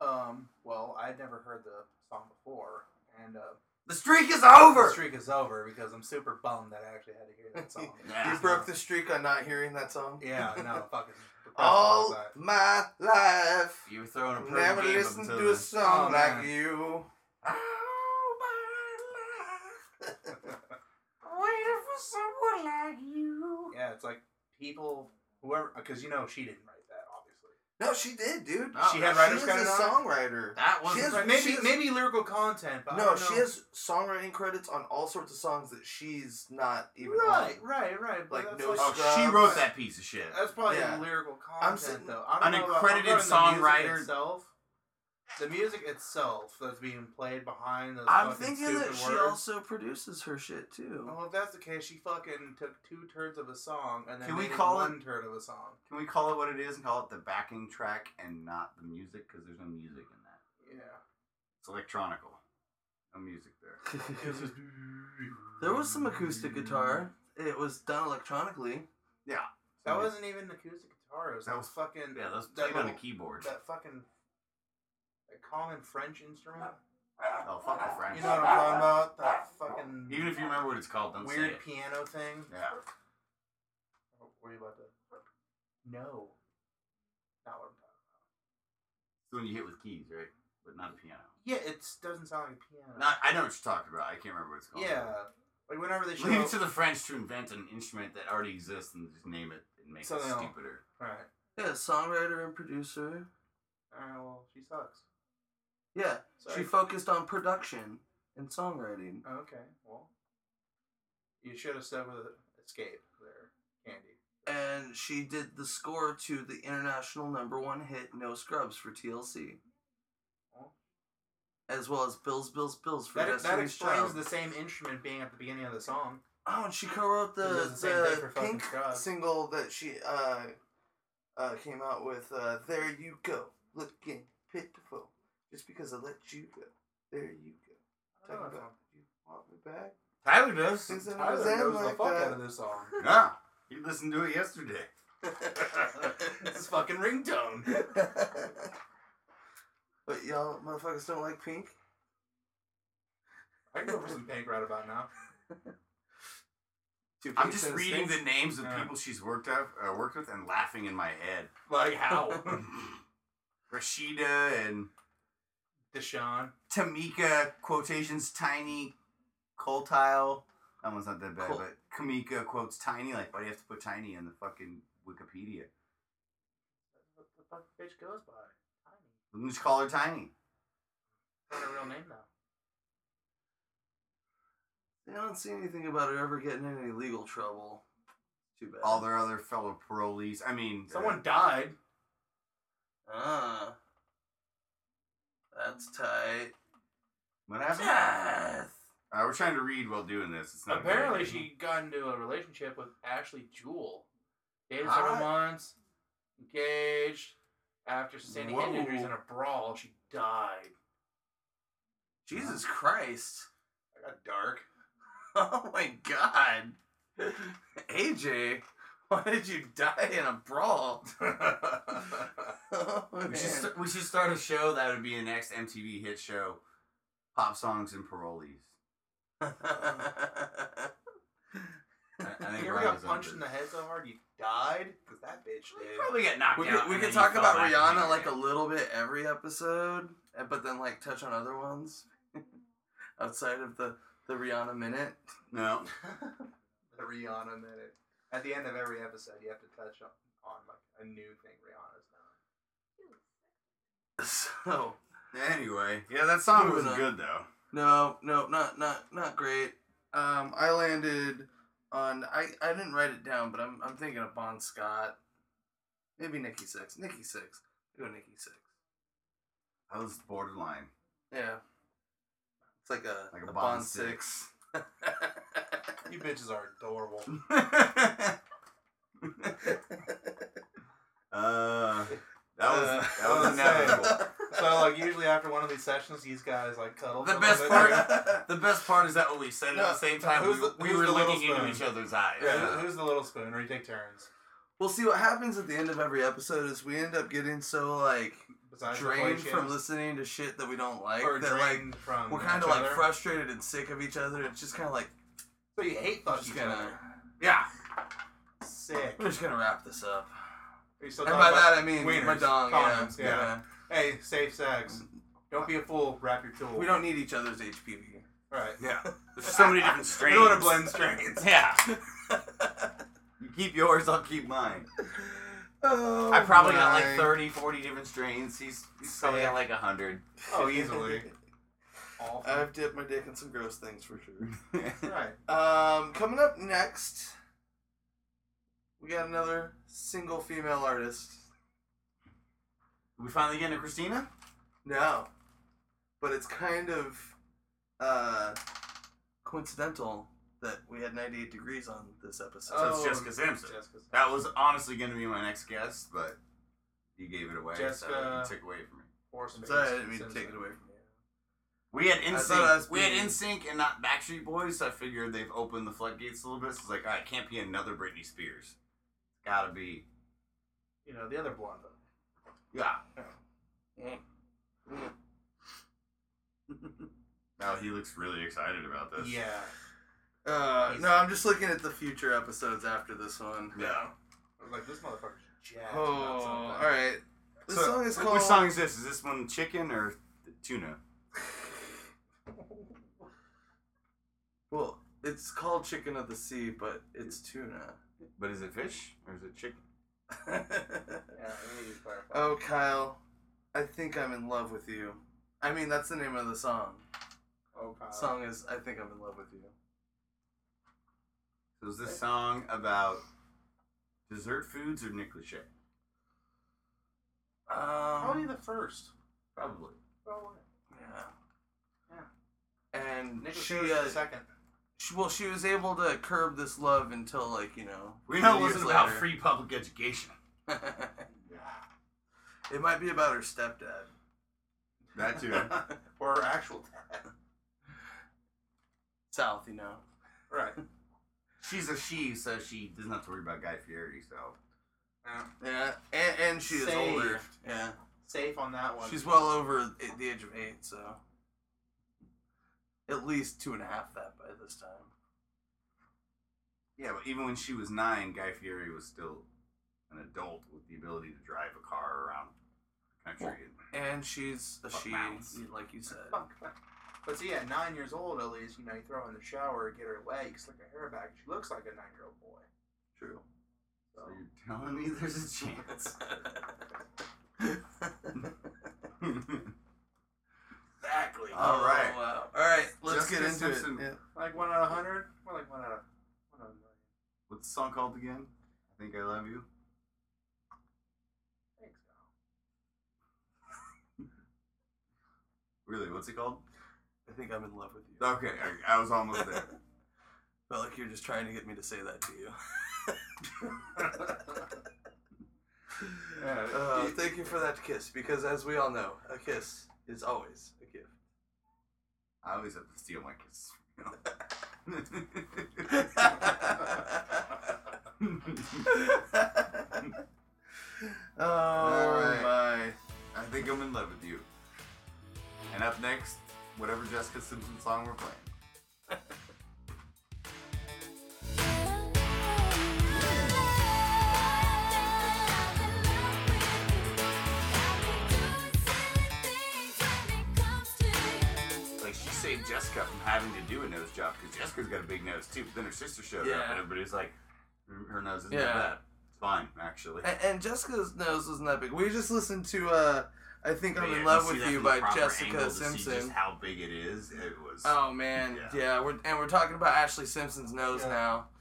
Speaker 3: Um, well, I'd never heard the song before, and uh,
Speaker 2: The streak is
Speaker 3: the
Speaker 2: over!
Speaker 3: streak is over because I'm super bummed that I actually had to hear that song.
Speaker 2: Yeah.
Speaker 1: You broke the streak on not hearing that song.
Speaker 3: yeah, no, fucking.
Speaker 1: All
Speaker 3: depressed
Speaker 1: my life.
Speaker 2: You were throwing a pretty
Speaker 1: Never
Speaker 2: game
Speaker 1: listened
Speaker 2: until
Speaker 1: to a
Speaker 2: the-
Speaker 1: song
Speaker 3: Oh,
Speaker 1: like
Speaker 3: man.
Speaker 1: you.
Speaker 3: all the time.
Speaker 1: Waiting for someone like you.
Speaker 3: Yeah, it's like people, whoever, because you know she didn't write that, obviously.
Speaker 1: No, she did, dude.
Speaker 2: No,
Speaker 1: she
Speaker 2: She
Speaker 3: had
Speaker 1: had
Speaker 3: no, writer's
Speaker 1: She
Speaker 3: credit
Speaker 1: is a
Speaker 3: on it?
Speaker 1: songwriter.
Speaker 2: That
Speaker 1: She
Speaker 2: wasn't
Speaker 1: is-
Speaker 2: right.
Speaker 1: Maybe-
Speaker 3: Maybe maybe lyrical content, but
Speaker 1: No, she has songwriting credits on all sorts of songs that she's not even
Speaker 3: right,
Speaker 1: on.
Speaker 3: right, right. But
Speaker 1: Like,
Speaker 3: that's
Speaker 1: no
Speaker 3: like,
Speaker 1: scrub.
Speaker 2: Oh, she wrote that piece of shit.
Speaker 3: that's probably
Speaker 1: Yeah.
Speaker 3: lyrical content
Speaker 1: I'm sitting-
Speaker 3: though. I don't
Speaker 2: An
Speaker 3: know about- I'm
Speaker 2: accredited
Speaker 3: talking about The
Speaker 2: songwriter-
Speaker 3: music itself, the music itself that's being played behind those
Speaker 1: I'm
Speaker 3: fucking
Speaker 1: thinking
Speaker 3: stupid
Speaker 1: that she
Speaker 3: words.
Speaker 1: also produces her shit too.
Speaker 3: well, if that's the case, she fucking took two turds of a song and then
Speaker 2: Can we
Speaker 3: made it
Speaker 2: call
Speaker 3: one turd of a song.
Speaker 2: Can we call it what it is and call it the backing track and not the music? Because there's no music in that.
Speaker 3: Yeah,
Speaker 2: It's electronical. No music there.
Speaker 3: it was just.
Speaker 1: there was some acoustic guitar. It was done electronically.
Speaker 3: That wasn't even acoustic guitar. It was
Speaker 2: That
Speaker 3: that
Speaker 2: was-
Speaker 3: was fucking
Speaker 2: Yeah, that was
Speaker 3: that
Speaker 2: played on a
Speaker 3: little-
Speaker 2: keyboard.
Speaker 3: that fucking that common French instrument.
Speaker 2: Oh, fuck the French.
Speaker 3: You know what I'm talking about? That fucking
Speaker 2: Even if you remember what it's called, don't
Speaker 3: weird
Speaker 2: say it.
Speaker 3: piano thing.
Speaker 2: Yeah.
Speaker 3: Oh, Were you about to? No, not what I'm talking.
Speaker 2: It's when you hit with keys, right? But not a piano.
Speaker 3: about. Yeah, it doesn't sound like a piano.
Speaker 2: Not, I know what you're talking about. I can't remember what it's called.
Speaker 3: yeah, like whenever they show
Speaker 2: Leave it
Speaker 3: up-
Speaker 2: to the French to invent an instrument that already exists and just name it and make
Speaker 3: Something
Speaker 2: it
Speaker 3: else.
Speaker 2: stupider.
Speaker 3: All right,
Speaker 1: Yeah, songwriter and producer.
Speaker 3: all right. Well, she sucks.
Speaker 1: Yeah, she
Speaker 3: Sorry.
Speaker 1: focused on production and songwriting.
Speaker 3: Oh, okay, well, you should have said with escape there, Candy.
Speaker 1: and she did the score to the international number one hit "No Scrubs" for TLC, as well as "Bills, Bills, Bills" for
Speaker 3: That, that
Speaker 1: Destiny's
Speaker 3: explains
Speaker 1: Child.
Speaker 3: the same instrument being at the beginning of the song.
Speaker 1: oh, and she co-wrote
Speaker 3: It
Speaker 1: the
Speaker 3: does the same thing
Speaker 1: the,
Speaker 3: for fucking
Speaker 1: Pink
Speaker 3: Scrubs.
Speaker 1: single that she uh, uh, came out with. Uh, there you go, looking pitiful, just because I let you go. There you go.
Speaker 3: I don't
Speaker 1: Talking
Speaker 3: know.
Speaker 1: about you want me back?
Speaker 2: Tyler does.
Speaker 1: Things that I
Speaker 3: Oh. Tyler
Speaker 1: was
Speaker 3: knows
Speaker 1: in
Speaker 3: the
Speaker 1: like
Speaker 3: fuck
Speaker 1: that.
Speaker 3: out of this song.
Speaker 2: yeah. He listened to it yesterday.
Speaker 3: this is fucking ringtone.
Speaker 1: but y'all motherfuckers don't like Pink.
Speaker 3: I can go for some pink right about now.
Speaker 1: Two
Speaker 2: I'm
Speaker 1: Pinks
Speaker 2: just
Speaker 1: and a
Speaker 2: reading
Speaker 1: Stink?
Speaker 2: the names of
Speaker 3: Yeah.
Speaker 2: people she's worked out, uh, worked with, and laughing in my head.
Speaker 3: Like how?
Speaker 2: Rashida and
Speaker 3: Deshaun.
Speaker 2: Tamika quotations tiny Coltile. That one's not that bad,
Speaker 1: Col-
Speaker 2: but Kamika quotes tiny. Like, why do you have to put tiny in the fucking Wikipedia?
Speaker 3: What the fuck bitch goes by? Tiny.
Speaker 2: Let me just call her tiny.
Speaker 3: Not her real name though.
Speaker 1: I don't see anything about her ever getting in any legal trouble. Too bad.
Speaker 2: All their other fellow parolees. I mean, uh,
Speaker 3: Someone died.
Speaker 1: Ah. That's tight.
Speaker 2: What happened?
Speaker 1: Death.
Speaker 2: Uh, we're trying to read while doing this. It's not a good
Speaker 3: Apparently,
Speaker 2: idea.
Speaker 3: she got into a relationship with Ashley Jewell. Dated
Speaker 1: Hot.
Speaker 3: several months, engaged. After sustaining head
Speaker 1: Whoa.
Speaker 3: injuries in a brawl, she died.
Speaker 1: Jesus Christ.
Speaker 3: I got dark.
Speaker 1: Oh my god. AJ, why did you die in a brawl? Oh,
Speaker 2: We should,
Speaker 1: man.
Speaker 2: st- we should start a show that would be the next MTV hit show, pop songs and parolees. I, I think
Speaker 3: You ever
Speaker 2: Ron
Speaker 3: got
Speaker 2: was
Speaker 3: punched
Speaker 2: under-
Speaker 3: in the head so hard you died? Because that bitch
Speaker 2: You
Speaker 3: did.
Speaker 2: Probably get knocked
Speaker 1: we
Speaker 2: out.
Speaker 1: could, we
Speaker 2: and
Speaker 1: could
Speaker 2: then you
Speaker 1: talk
Speaker 2: fell
Speaker 1: about
Speaker 2: back and
Speaker 1: Rihanna
Speaker 2: hit
Speaker 1: like a
Speaker 2: again.
Speaker 1: little bit every episode, eh, but then like touch on other ones outside of the, the Rihanna minute.
Speaker 2: no.
Speaker 3: the Rihanna minute. At the end of every episode, you have to touch on, on like a new thing Rihanna's done.
Speaker 1: So
Speaker 2: Anyway, yeah, that song was
Speaker 1: Moving on.
Speaker 2: good though.
Speaker 1: No, no, not not not great. Um, I landed on I I didn't write it down, but I'm I'm thinking of Bon Scott, maybe Nikki Six, Nikki Six, go Nikki Six.
Speaker 2: That was borderline.
Speaker 1: Yeah, it's like a
Speaker 2: Like
Speaker 1: like
Speaker 2: a
Speaker 1: a,
Speaker 2: Bon
Speaker 1: Bon Six.
Speaker 3: You bitches are adorable.
Speaker 2: uh, that was that
Speaker 3: Uh,
Speaker 2: was inevitable.
Speaker 3: so like usually after one of these sessions, these guys like cuddle.
Speaker 2: The
Speaker 3: for a
Speaker 2: best
Speaker 3: little
Speaker 2: part-
Speaker 3: bit.
Speaker 2: The best part is that what we said
Speaker 3: No,
Speaker 2: at the same time.
Speaker 3: who's
Speaker 2: we,
Speaker 3: the-
Speaker 2: we
Speaker 3: who's
Speaker 2: were
Speaker 3: the little
Speaker 2: looking into
Speaker 3: spoon?
Speaker 2: each otother's eyes.
Speaker 3: Yeah, who's the little spoon? Or you take turns.
Speaker 1: we'll see what happens at the end of every episode is we end up getting so like
Speaker 3: Besides the
Speaker 1: drained
Speaker 3: play
Speaker 1: from
Speaker 3: shows,
Speaker 1: listening to shit that we don't like
Speaker 3: or
Speaker 1: that like
Speaker 3: drained from
Speaker 1: we're kind
Speaker 3: each
Speaker 1: of like
Speaker 3: other.
Speaker 1: frustrated and sick of each other. It's just kind of like
Speaker 3: So you hate
Speaker 1: we're
Speaker 3: fucking
Speaker 1: just
Speaker 3: each
Speaker 1: gonna
Speaker 3: other.
Speaker 2: yeah.
Speaker 3: Sick.
Speaker 1: we're just gonna wrap this up.
Speaker 3: Are you still
Speaker 1: And by
Speaker 3: talking
Speaker 1: that
Speaker 3: about
Speaker 1: I mean
Speaker 3: wieners,
Speaker 1: my dong. Yeah,
Speaker 3: condoms,
Speaker 1: yeah.
Speaker 3: Hey, safe sex. Don't be a fool. Wrap your tool.
Speaker 1: Mm-hmm. We don't need each other's HPV.
Speaker 3: All right.
Speaker 2: Yeah. There's so many different strains.
Speaker 3: You don't want to blend strains.
Speaker 2: Yeah. you keep yours, I'll keep mine.
Speaker 1: Oh,
Speaker 2: I probably got
Speaker 1: my.
Speaker 2: like 30, 40 different strains. He's, he's probably got like 100.
Speaker 3: Oh, easily. All right.
Speaker 1: I've dipped my dick in some gross things for sure.
Speaker 3: Right.
Speaker 1: Um, coming up next, we got another single female artist.
Speaker 2: we finally getting to Christina?
Speaker 1: No, but it's kind of uh, coincidental that we had 98 degrees on this episode.
Speaker 2: So
Speaker 3: Oh,
Speaker 2: it's Jessica Simpson.
Speaker 3: Jessica.
Speaker 2: That was honestly going to be my next guess, but you gave it away.
Speaker 3: Jessica-
Speaker 2: So you took away from me.
Speaker 3: Force
Speaker 1: I'm sorry, I didn't mean to take it away from
Speaker 2: We had
Speaker 1: I thought I was
Speaker 2: NSYNC. We had
Speaker 1: being-
Speaker 2: NSYNC and not Backstreet Boys, so I figured they've opened the floodgates a little bit. So it's like, all right, can't be another Britney Spears. Gotta be.
Speaker 3: You know, the other blonde.
Speaker 2: Yeah.
Speaker 1: you.
Speaker 2: Now Oh, he looks really excited about this.
Speaker 3: Yeah.
Speaker 2: Oh.
Speaker 1: Uh, no, I'm just looking at the future episodes after this one.
Speaker 2: Yeah.
Speaker 3: I was like, this motherfucker's jacked. about
Speaker 1: Oh,
Speaker 3: something.
Speaker 1: all right. This
Speaker 2: So,
Speaker 1: song is
Speaker 2: wh-
Speaker 1: called.
Speaker 2: Which song is this? Is this one chicken or tuna?
Speaker 1: Well, it's called Chicken of the Sea, but it's tuna.
Speaker 2: But is it fish or is it chicken?
Speaker 3: Yeah, let me just clarify.
Speaker 1: oh, Kyle, I think I'm in love with you. I mean, that's the name of the song.
Speaker 3: Oh, Kyle.
Speaker 1: song is I think I'm in love with you.
Speaker 2: So is this song about dessert foods or Nick Lachey?
Speaker 3: Probably
Speaker 1: Um,
Speaker 3: the first.
Speaker 2: Probably.
Speaker 1: yeah. And
Speaker 3: Nicholas
Speaker 1: she,
Speaker 3: Cage was
Speaker 1: uh,
Speaker 3: the second.
Speaker 1: she, well, she was able to curb this love until like you know.
Speaker 2: We know it
Speaker 1: years
Speaker 2: wasn't about
Speaker 1: later.
Speaker 2: free public education.
Speaker 1: it might be about her stepdad.
Speaker 2: That too.
Speaker 3: Or her actual dad.
Speaker 1: South, you know.
Speaker 3: Right.
Speaker 2: She's a she, so she doesn't have to worry about Guy Fieri. So
Speaker 3: Yeah.
Speaker 1: Yeah, and, and she is
Speaker 3: Saved.
Speaker 1: older. Yeah,
Speaker 3: Safe on that one.
Speaker 1: she's well over i- the age of eight, so at least two and a half that by this time.
Speaker 2: yeah, but even when she was nine, Guy Fieri was still an adult with the ability to drive a car around the country.
Speaker 1: And she's a
Speaker 2: Fuck
Speaker 1: she,
Speaker 2: mounts.
Speaker 1: like you said.
Speaker 3: Fuck. But see, at nine years old, at least, you know, you throw her in the shower, get her wet, you slick her hair back. She looks like a nine year old boy.
Speaker 1: True.
Speaker 2: So you're telling me there's a chance?
Speaker 1: exactly.
Speaker 2: All right.
Speaker 1: wow. All right. Let's Oh, uh,
Speaker 2: Jessica
Speaker 1: get into
Speaker 2: Simpson.
Speaker 1: it. Yeah.
Speaker 3: Like one out of hundred? More like one out of one out of a million.
Speaker 2: What's the song called again? I think I love you.
Speaker 3: Thanks, Kyle.
Speaker 2: Really? What's it called?
Speaker 1: I think I'm in love with you.
Speaker 2: Okay, I, I was almost there.
Speaker 1: Felt like you're just trying to get me to say that to you.
Speaker 2: Yeah,
Speaker 1: Uh,
Speaker 2: it-
Speaker 1: thank you for that kiss, because as we all know, a kiss is always a gift.
Speaker 2: I always have to steal my kisses. You know?
Speaker 1: oh
Speaker 2: Alright.
Speaker 1: my!
Speaker 2: I think I'm in love with you. And up next, whatever Jessica Simpson song we're playing. Like she saved Jessica from having to do a nose job because Jessica's got a big nose too. But then her sister showed up
Speaker 1: Yeah.
Speaker 2: and everybody's like, her her nose isn't
Speaker 1: Yeah.
Speaker 2: that bad. It's fine, actually.
Speaker 1: And, and Jessica's nose wasn't that big. We just listened to uh, "I Think I'm
Speaker 2: Oh, Yeah,
Speaker 1: in
Speaker 2: if
Speaker 1: Love
Speaker 2: see that
Speaker 1: with You"
Speaker 2: from the
Speaker 1: by
Speaker 2: proper
Speaker 1: Jessica
Speaker 2: angle to see just
Speaker 1: Simpson.
Speaker 2: how big it is. It was.
Speaker 1: Oh man,
Speaker 2: Yeah.
Speaker 1: yeah. We're and we're talking about Ashley Simpson's nose
Speaker 3: Yeah.
Speaker 1: now.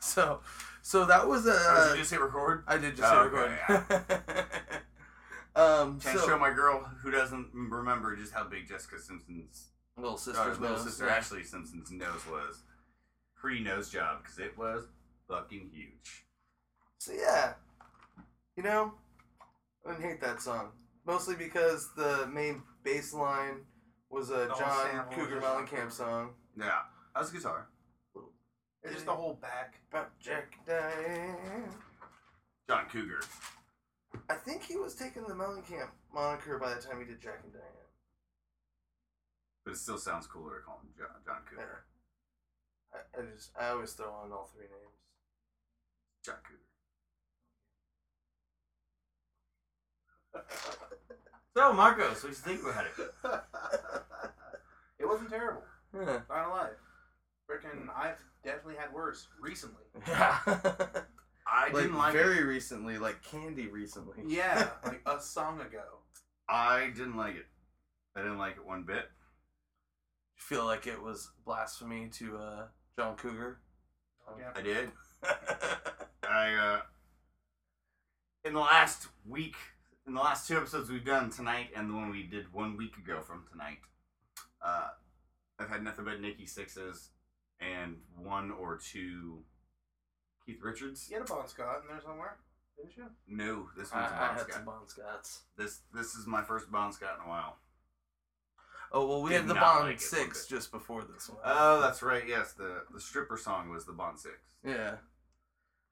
Speaker 1: So, so that was a. uh,
Speaker 2: Oh, did you just hit record?
Speaker 1: I did just
Speaker 2: Oh,
Speaker 1: hit record.
Speaker 2: okay,
Speaker 1: um,
Speaker 2: Can't
Speaker 1: so,
Speaker 2: show my girl who doesn't remember just how big Jessica Simpson's
Speaker 1: little
Speaker 2: uh,
Speaker 1: sister's
Speaker 2: little
Speaker 1: nose.
Speaker 2: sister Ashley Simpson's nose was pre nose job because it was fucking huge.
Speaker 1: So yeah, you know, I didn't hate that song mostly because the main bass line was a
Speaker 3: The whole
Speaker 1: John
Speaker 3: sample
Speaker 1: Cougar
Speaker 3: was just-
Speaker 1: Mellencamp song.
Speaker 2: Yeah, that was guitar.
Speaker 3: It's just the whole back.
Speaker 1: About Jack Diane.
Speaker 2: John Cougar.
Speaker 1: I think he was taking the Mellencamp moniker by the time he did Jack and Diane.
Speaker 2: But it still sounds cooler to call him John, John Cougar.
Speaker 1: I, I just I always throw on all three names.
Speaker 2: John Cougar. so, Marcos, what do you think about it?
Speaker 3: It wasn't terrible.
Speaker 1: Yeah.
Speaker 3: Not alive. Freaking, I've definitely had worse recently.
Speaker 2: I
Speaker 1: like,
Speaker 2: didn't like it.
Speaker 1: very recently, like candy recently.
Speaker 3: Yeah, like a song ago.
Speaker 2: I didn't like it. I didn't like it one bit.
Speaker 1: Feel like it was blasphemy to uh, John Cougar.
Speaker 3: Yeah.
Speaker 2: I did. I uh, in the last week, in the last two episodes we've done tonight, and the one we did one week ago from tonight, uh, I've had nothing but Nikki sixes and one or two Keith Richards.
Speaker 3: You had a Bon Scott in there somewhere, didn't you?
Speaker 2: No, this
Speaker 1: I,
Speaker 2: one's a
Speaker 1: I
Speaker 2: Bon
Speaker 1: had
Speaker 2: Scott.
Speaker 1: some Bon Scots.
Speaker 2: This this is my first Bon Scott in a while.
Speaker 1: Oh well, we
Speaker 2: Did
Speaker 1: had the
Speaker 2: not
Speaker 1: Bond
Speaker 2: like it one
Speaker 1: Six
Speaker 2: bit.
Speaker 1: just before this one.
Speaker 2: Oh, that's right. Yes, the the stripper song was the Bon Six.
Speaker 1: yeah,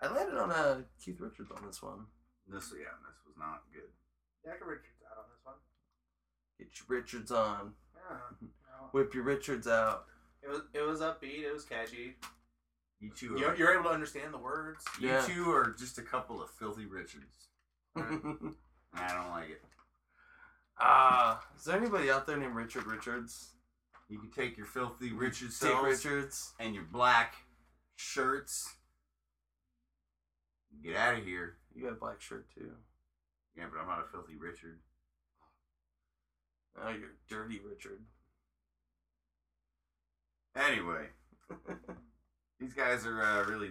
Speaker 1: I landed on uh, Keith Richards on this one.
Speaker 2: This yeah, this was not good.
Speaker 3: Jack Richards out on this one.
Speaker 1: Get your Richards on,
Speaker 3: Yeah. No.
Speaker 1: whip your Richards out.
Speaker 3: It was it was upbeat. It was catchy.
Speaker 2: You two
Speaker 3: You're,
Speaker 2: are
Speaker 3: you're able to understand the words.
Speaker 2: you
Speaker 1: Yeah.
Speaker 2: two are just a couple of filthy Richards. I don't like it.
Speaker 1: Ah, is there anybody out there named Richard Richards?
Speaker 2: You can take your filthy Richard
Speaker 1: Dick
Speaker 2: selves
Speaker 1: Richards.
Speaker 2: and your black shirts. Get out of here.
Speaker 1: You got a black shirt too.
Speaker 2: Yeah, but I'm not a filthy Richard.
Speaker 1: Oh, you're dirty Richard.
Speaker 2: Anyway, these guys are uh, really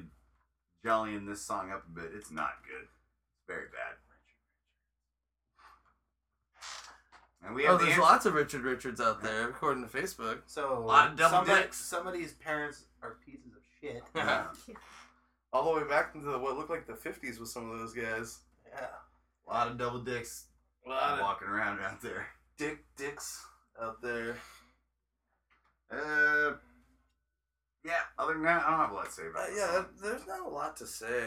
Speaker 2: jollying this song up a bit. It's not good. It's very bad. And we have
Speaker 1: oh,
Speaker 2: the
Speaker 1: there's
Speaker 2: answer-
Speaker 1: lots of Richard Richards out there, according to Facebook.
Speaker 3: So
Speaker 2: Lot of double
Speaker 3: somebody,
Speaker 2: dicks.
Speaker 3: somebody's parents are pieces of shit.
Speaker 2: Yeah.
Speaker 1: All the way back into what looked like the 50s with some of those guys.
Speaker 3: Yeah.
Speaker 2: a lot of double dicks
Speaker 1: A lot of
Speaker 2: walking around out there.
Speaker 1: dick dicks out there.
Speaker 2: Uh, yeah. Other than that, I don't have a lot to say about
Speaker 1: Uh,
Speaker 2: it.
Speaker 1: yeah, that- there's not a lot to say.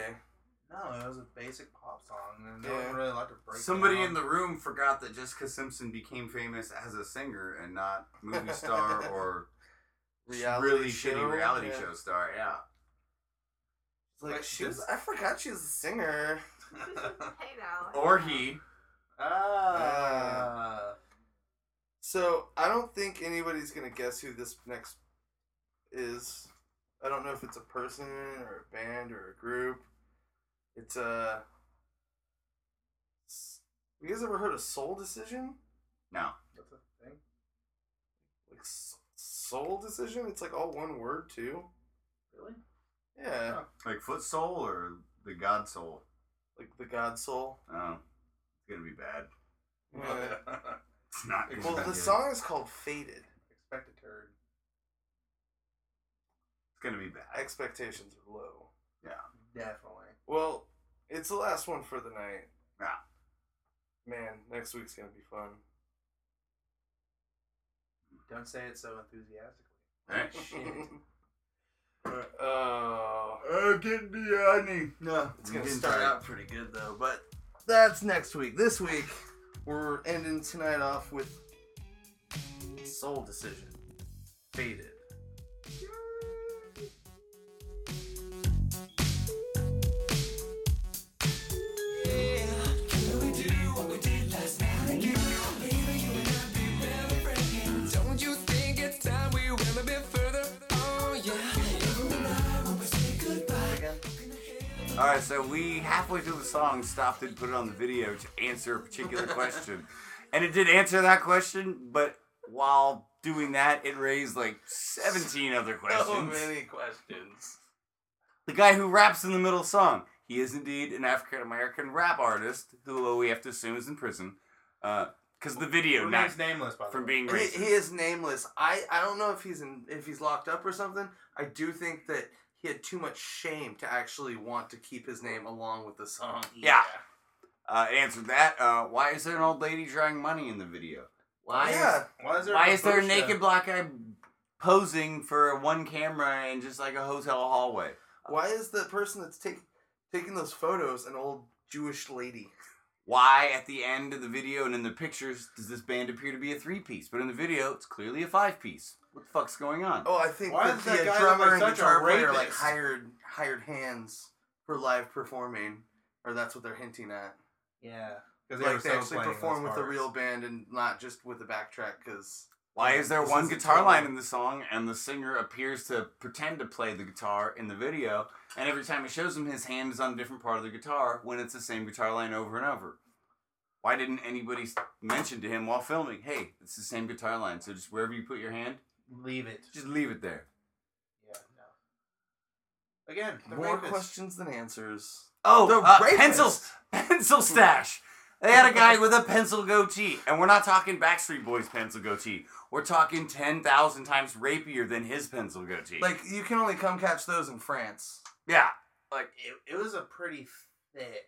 Speaker 3: No, it was a basic pop song, and
Speaker 1: Yeah.
Speaker 3: no one really liked to break.
Speaker 2: Somebody
Speaker 3: down.
Speaker 2: in the room forgot that Jessica Simpson became famous as a singer and not movie star or really shitty reality
Speaker 1: yeah.
Speaker 2: show star. Yeah.
Speaker 1: It's Like
Speaker 3: Like,
Speaker 1: she was, I forgot she was a singer.
Speaker 4: hey now.
Speaker 2: Or he.
Speaker 3: ah.
Speaker 1: So I don't think anybody's gonna guess who this next is. I don't know if it's a person or a band or a group. It's a. You guys ever heard of Soul Decision?
Speaker 2: No.
Speaker 3: That's a thing.
Speaker 1: Like s- soul decision. It's like all one word too.
Speaker 2: Really?
Speaker 1: Yeah,
Speaker 2: Like foot soul or the god soul?
Speaker 1: like the God soul.
Speaker 2: Oh, it's gonna be bad.
Speaker 1: Yeah.
Speaker 2: it's not. Gonna
Speaker 1: well,
Speaker 2: be
Speaker 1: the
Speaker 2: good.
Speaker 1: song is called "Faded."
Speaker 3: Expect a turd.
Speaker 2: It's gonna be bad.
Speaker 1: Expectations are low.
Speaker 3: Definitely.
Speaker 1: Well, it's the last one for the night.
Speaker 2: Yeah.
Speaker 1: Man, next week's gonna be fun.
Speaker 3: Don't say it so enthusiastically.
Speaker 2: Right?
Speaker 1: Oh.
Speaker 2: Uh, getting the honey. No,
Speaker 1: It's gonna start out
Speaker 2: pretty good
Speaker 1: though. But that's next week. This week, we're ending tonight off with Soul Decision. Faded.
Speaker 5: Don't you think it's time we went a bit further? Oh yeah.
Speaker 2: All right, so we halfway through the song stopped and put it on the video to answer a particular question, and it did answer that question. But while doing that, it raised like seventeen
Speaker 1: Oh,
Speaker 2: other questions.
Speaker 1: questions.
Speaker 2: The guy who raps in the middle of the song. He is indeed an African American rap artist who we have to assume is in prison. Because the video, not
Speaker 3: Remains nameless, by the
Speaker 2: from
Speaker 3: way.
Speaker 2: being
Speaker 1: He,
Speaker 2: racist.
Speaker 1: he is nameless. I, I don't know if he's in if he's locked up or something. I do think that he had too much shame to actually want to keep his name along with the song.
Speaker 2: Yeah. Uh, answered that. Uh, why is there an old lady drawing money in the video? Why
Speaker 1: yeah.
Speaker 3: Why is
Speaker 2: is,
Speaker 3: there,
Speaker 2: why is there a
Speaker 3: bush
Speaker 2: naked
Speaker 3: there?
Speaker 2: black guy posing for one camera in just like a hotel hallway?
Speaker 1: Why is the person that's take, taking those photos an old Jewish lady?
Speaker 2: Why at the end of the video and in the pictures does this band appear to be a three piece? But in the video, it's clearly a five piece. What the fuck's going on?
Speaker 1: Oh, I think
Speaker 3: Why
Speaker 1: that
Speaker 3: does
Speaker 1: the
Speaker 3: that
Speaker 1: uh,
Speaker 3: guy look
Speaker 1: drummer
Speaker 3: like
Speaker 1: and
Speaker 3: such a
Speaker 1: guitar player like
Speaker 3: rapist?
Speaker 1: hired hired hands for live performing, or that's what they're hinting at.
Speaker 3: Yeah. Because
Speaker 1: like they actually perform with a real band and not just with a backtrack. Because
Speaker 2: Why is there
Speaker 1: This
Speaker 2: one
Speaker 1: is a
Speaker 2: guitar
Speaker 1: total-
Speaker 2: line in the song and the singer appears to pretend to play the guitar in the video, and every time it shows him, his hand is on a different part of the guitar when it's the same guitar line over and over? Why didn't anybody s- mention to him while filming, hey, it's the same guitar line, so just wherever you put your hand,
Speaker 3: Leave it.
Speaker 2: just leave it there?
Speaker 3: Yeah, no. Again, the
Speaker 1: more
Speaker 3: rapist.
Speaker 1: questions than answers.
Speaker 2: Oh,
Speaker 1: The
Speaker 2: uh,
Speaker 1: rapist.
Speaker 2: pencils, pencil stash. They had a guy with a pencil goatee, and we're not talking Backstreet Boys pencil goatee. We're talking ten thousand times rapier than his pencil goatee.
Speaker 1: Like you can only come catch those in France.
Speaker 2: yeah,
Speaker 3: Like it, it was a pretty thick,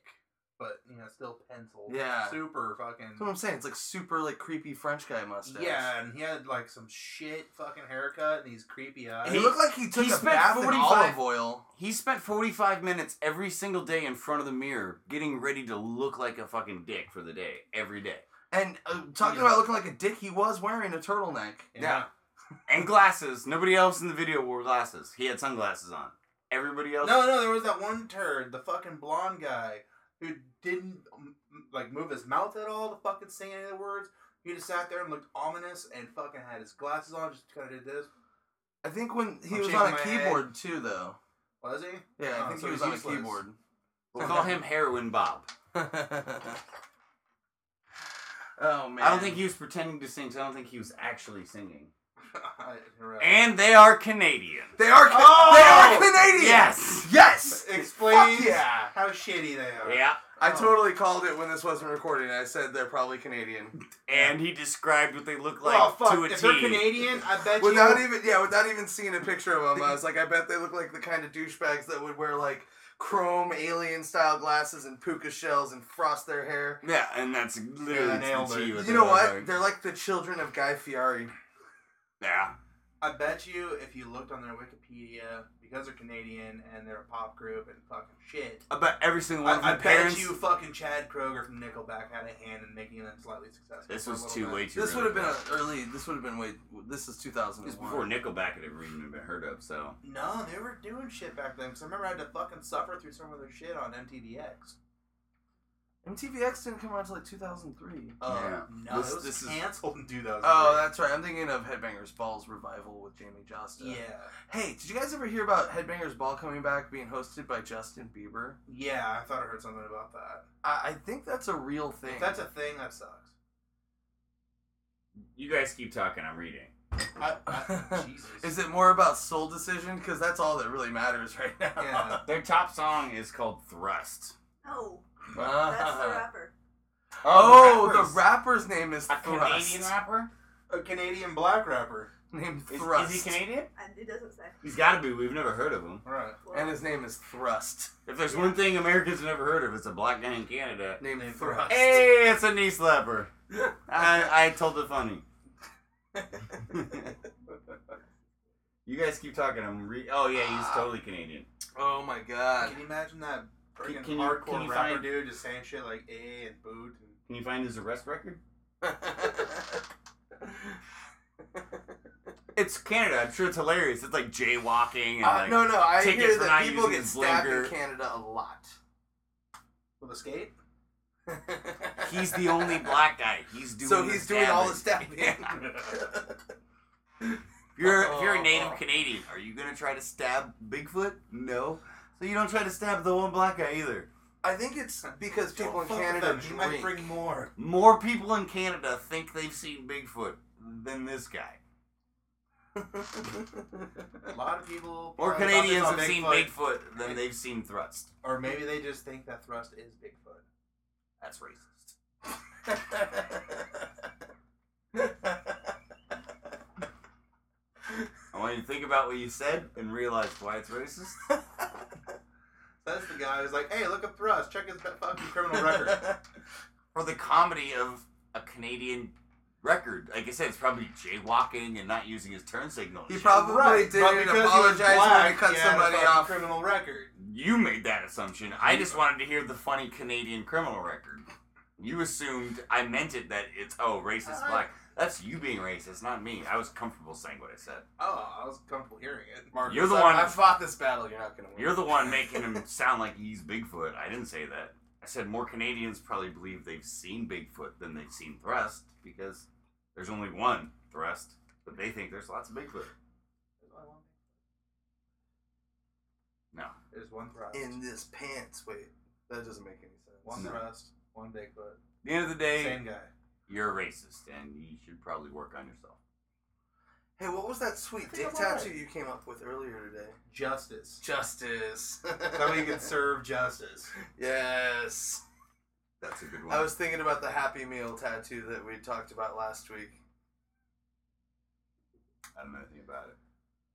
Speaker 3: but you know, still pencil.
Speaker 1: Yeah.
Speaker 3: Super
Speaker 1: That's what I'm
Speaker 3: fucking.
Speaker 1: saying. It's like super like creepy French guy mustache.
Speaker 3: Yeah, and he had like some shit fucking haircut and these creepy eyes.
Speaker 1: And he looked like he took
Speaker 2: He
Speaker 1: a
Speaker 2: spent
Speaker 1: bath
Speaker 2: 45
Speaker 1: in olive oil.
Speaker 2: He spent 45 minutes every single day in front of the mirror getting ready to look like a fucking dick for the day, every day.
Speaker 1: And uh, talking about looking like a dick, he was wearing a turtleneck.
Speaker 3: yeah.
Speaker 2: And glasses. Nobody else in the video wore glasses. He had sunglasses on. Everybody else.
Speaker 3: No, no, there was that one turd, the fucking blonde guy, who didn't um, like move his mouth at all to fucking sing any of the words. He just sat there and looked ominous and fucking had his glasses on, just kind of did this.
Speaker 1: I think when he
Speaker 3: I'm
Speaker 1: was
Speaker 3: shaking
Speaker 1: on a
Speaker 3: my head.
Speaker 1: keyboard too, though.
Speaker 3: Was he?
Speaker 1: Yeah, I
Speaker 3: Oh,
Speaker 1: think
Speaker 3: so
Speaker 1: he was
Speaker 3: he's
Speaker 1: on
Speaker 3: useless.
Speaker 1: a keyboard.
Speaker 2: We'll call him Heroin Bob.
Speaker 1: oh man!
Speaker 2: I don't think he was pretending to sing, so I don't think he was actually singing.
Speaker 3: Right.
Speaker 2: And they are Canadian.
Speaker 1: they are. Ca-
Speaker 2: Oh!
Speaker 1: They are Canadian.
Speaker 2: Yes!
Speaker 1: Yes.
Speaker 3: explains
Speaker 1: Fuck yeah.
Speaker 3: how shitty they are.
Speaker 2: Yeah.
Speaker 1: I
Speaker 3: Oh.
Speaker 1: totally called it when this wasn't recorded. I said they're probably Canadian
Speaker 2: And he described what they look like
Speaker 3: oh fuck!
Speaker 2: to a
Speaker 3: if
Speaker 2: T.
Speaker 3: they're Canadian, I bet
Speaker 1: without
Speaker 3: you.
Speaker 1: even yeah, without even seeing a picture of them. I was like, I bet they look like the kind of douchebags that would wear like chrome alien style glasses and puka shells and frost their hair.
Speaker 2: Yeah, and that's literally
Speaker 3: Yeah, nailed
Speaker 2: to the T
Speaker 3: it.
Speaker 2: what
Speaker 1: You
Speaker 2: they
Speaker 1: know
Speaker 2: look
Speaker 1: what?
Speaker 2: like.
Speaker 1: They're like the children of Guy Fieri.
Speaker 2: Yeah.
Speaker 3: I bet you if you looked on their Wikipedia, because they're Canadian and they're a pop group and fucking shit.
Speaker 2: I bet every single one of
Speaker 3: I, I
Speaker 2: my
Speaker 3: bet
Speaker 2: parents.
Speaker 3: you fucking Chad Kroger from Nickelback had a hand in making them slightly successful.
Speaker 2: This
Speaker 3: for a
Speaker 2: was
Speaker 3: little
Speaker 2: too
Speaker 3: bit.
Speaker 2: way too.
Speaker 1: This would
Speaker 2: early.
Speaker 1: have been an early. This would have been way. This is 2001.
Speaker 2: This is before Nickelback had ever even been heard of. So
Speaker 3: No, they were doing shit back then. Because I remember I had to fucking suffer through some of their shit on MTVX.
Speaker 1: MTVX didn't come out until like 2003.
Speaker 3: Oh
Speaker 2: Yeah.
Speaker 3: no,
Speaker 2: This-
Speaker 3: it was
Speaker 2: this is-
Speaker 3: canceled in 2000.
Speaker 1: Oh, that's right. I'm thinking of Headbangers Ball's revival with Jamie Josta.
Speaker 3: yeah,
Speaker 1: Hey, did you guys ever hear about Headbangers Ball coming back being hosted by Justin Bieber?
Speaker 3: yeah. I thought I heard something about that.
Speaker 1: I, I think that's a real thing.
Speaker 3: If that's a thing, that sucks.
Speaker 2: you guys keep talking. I'm reading.
Speaker 3: I, I, Jesus.
Speaker 1: Is it more about soul decision? Because that's all that really matters right now.
Speaker 3: Yeah.
Speaker 2: Their top song is called Thrust.
Speaker 4: Oh, that's the
Speaker 1: Ah.
Speaker 4: rapper.
Speaker 1: oh, the
Speaker 2: rapper's
Speaker 1: rapper's name is
Speaker 2: a
Speaker 1: Thrust.
Speaker 2: Canadian rapper.
Speaker 3: a Canadian black rapper.
Speaker 1: Named
Speaker 2: Is,
Speaker 1: Thrust.
Speaker 2: is he Canadian?
Speaker 4: And it doesn't say.
Speaker 2: He's got to be. We've never heard of him.
Speaker 3: Right.
Speaker 4: Well,
Speaker 1: And his name is Thrust.
Speaker 2: If there's one thing Americans have never heard of, it's a black guy in Canada.
Speaker 1: Named,
Speaker 3: Named
Speaker 1: Thrust.
Speaker 2: Hey, it's a knee slapper. I, I told it funny. you guys keep talking. I'm re. Oh yeah, he's totally Canadian.
Speaker 1: Oh my god.
Speaker 3: Can you imagine that freaking
Speaker 2: Can- can you-
Speaker 3: hardcore
Speaker 2: can you
Speaker 3: rapper
Speaker 2: find-
Speaker 3: dude just saying shit like "eh" and "boot"?
Speaker 2: Can you find his arrest record? It's Canada. I'm sure it's hilarious. It's like jaywalking and
Speaker 1: Uh,
Speaker 2: like.
Speaker 1: no, no, I
Speaker 2: tickets
Speaker 1: hear
Speaker 2: for not
Speaker 1: that people
Speaker 2: using
Speaker 1: get
Speaker 2: the
Speaker 1: stabbed
Speaker 2: blinker.
Speaker 1: in Canada a lot.
Speaker 3: With a skate?
Speaker 2: He's the only black guy. He's doing.
Speaker 1: so he's doing all the stabbing.
Speaker 2: Yeah. If you're if you're a native
Speaker 1: Oh.
Speaker 2: Canadian, are you gonna try to stab Bigfoot? No. So you don't try to stab the one black guy either.
Speaker 1: I think it's because
Speaker 3: Don't
Speaker 1: people in
Speaker 3: Oh, fuck with
Speaker 1: Canada
Speaker 3: them, he might
Speaker 1: drink.
Speaker 3: bring more.
Speaker 2: More people in Canada think they've seen Bigfoot than this guy.
Speaker 3: A lot of people.
Speaker 2: More
Speaker 3: probably thought they
Speaker 2: Canadians
Speaker 3: saw
Speaker 2: have seen Bigfoot than they've seen Thrust.
Speaker 3: Or maybe they just think that Thrust is Bigfoot.
Speaker 2: That's racist. I want you to think about what you said and realize why it's racist.
Speaker 3: That's the guy who's like, "Hey, look at Thrust. Check his fucking criminal record."
Speaker 2: For the comedy of a Canadian record. Like I said, it's probably jaywalking and not using his turn signal. and
Speaker 1: He
Speaker 2: shit.
Speaker 1: probably
Speaker 3: Right, but
Speaker 1: didn't
Speaker 3: because he was
Speaker 1: apologize when
Speaker 3: black,
Speaker 1: he cut
Speaker 3: he had a
Speaker 1: somebody
Speaker 3: fucking
Speaker 1: off.
Speaker 3: Criminal record.
Speaker 2: You made that assumption. I just wanted to hear the funny Canadian criminal record. You assumed I meant it that it's oh racist black. That's you being racist, not me. I was comfortable saying what I said.
Speaker 3: Oh, I was comfortable hearing it.
Speaker 1: Marcus,
Speaker 2: You're the
Speaker 1: I-
Speaker 2: one-
Speaker 1: I fought this battle. You're not gonna win.
Speaker 2: You're the one making him sound like he's Bigfoot. I didn't say that. I said more Canadians probably believe they've seen Bigfoot than they've seen Thrust because there's only one Thrust, but they think there's lots of Bigfoot. No,
Speaker 3: There's one Thrust.
Speaker 1: in this pants. Wait, that doesn't make any sense.
Speaker 3: one
Speaker 2: No.
Speaker 3: Thrust. One Bigfoot.
Speaker 2: At the end of the day,
Speaker 3: Same guy.
Speaker 2: you're a racist, and you should probably work on yourself.
Speaker 1: Hey, what was that sweet dick tattoo you came up with earlier today?
Speaker 3: Justice.
Speaker 1: Justice.
Speaker 3: That way you can serve justice.
Speaker 1: Yes.
Speaker 2: That's a good one.
Speaker 1: I was thinking about the Happy Meal tattoo that we talked about last week.
Speaker 2: I don't know anything about it.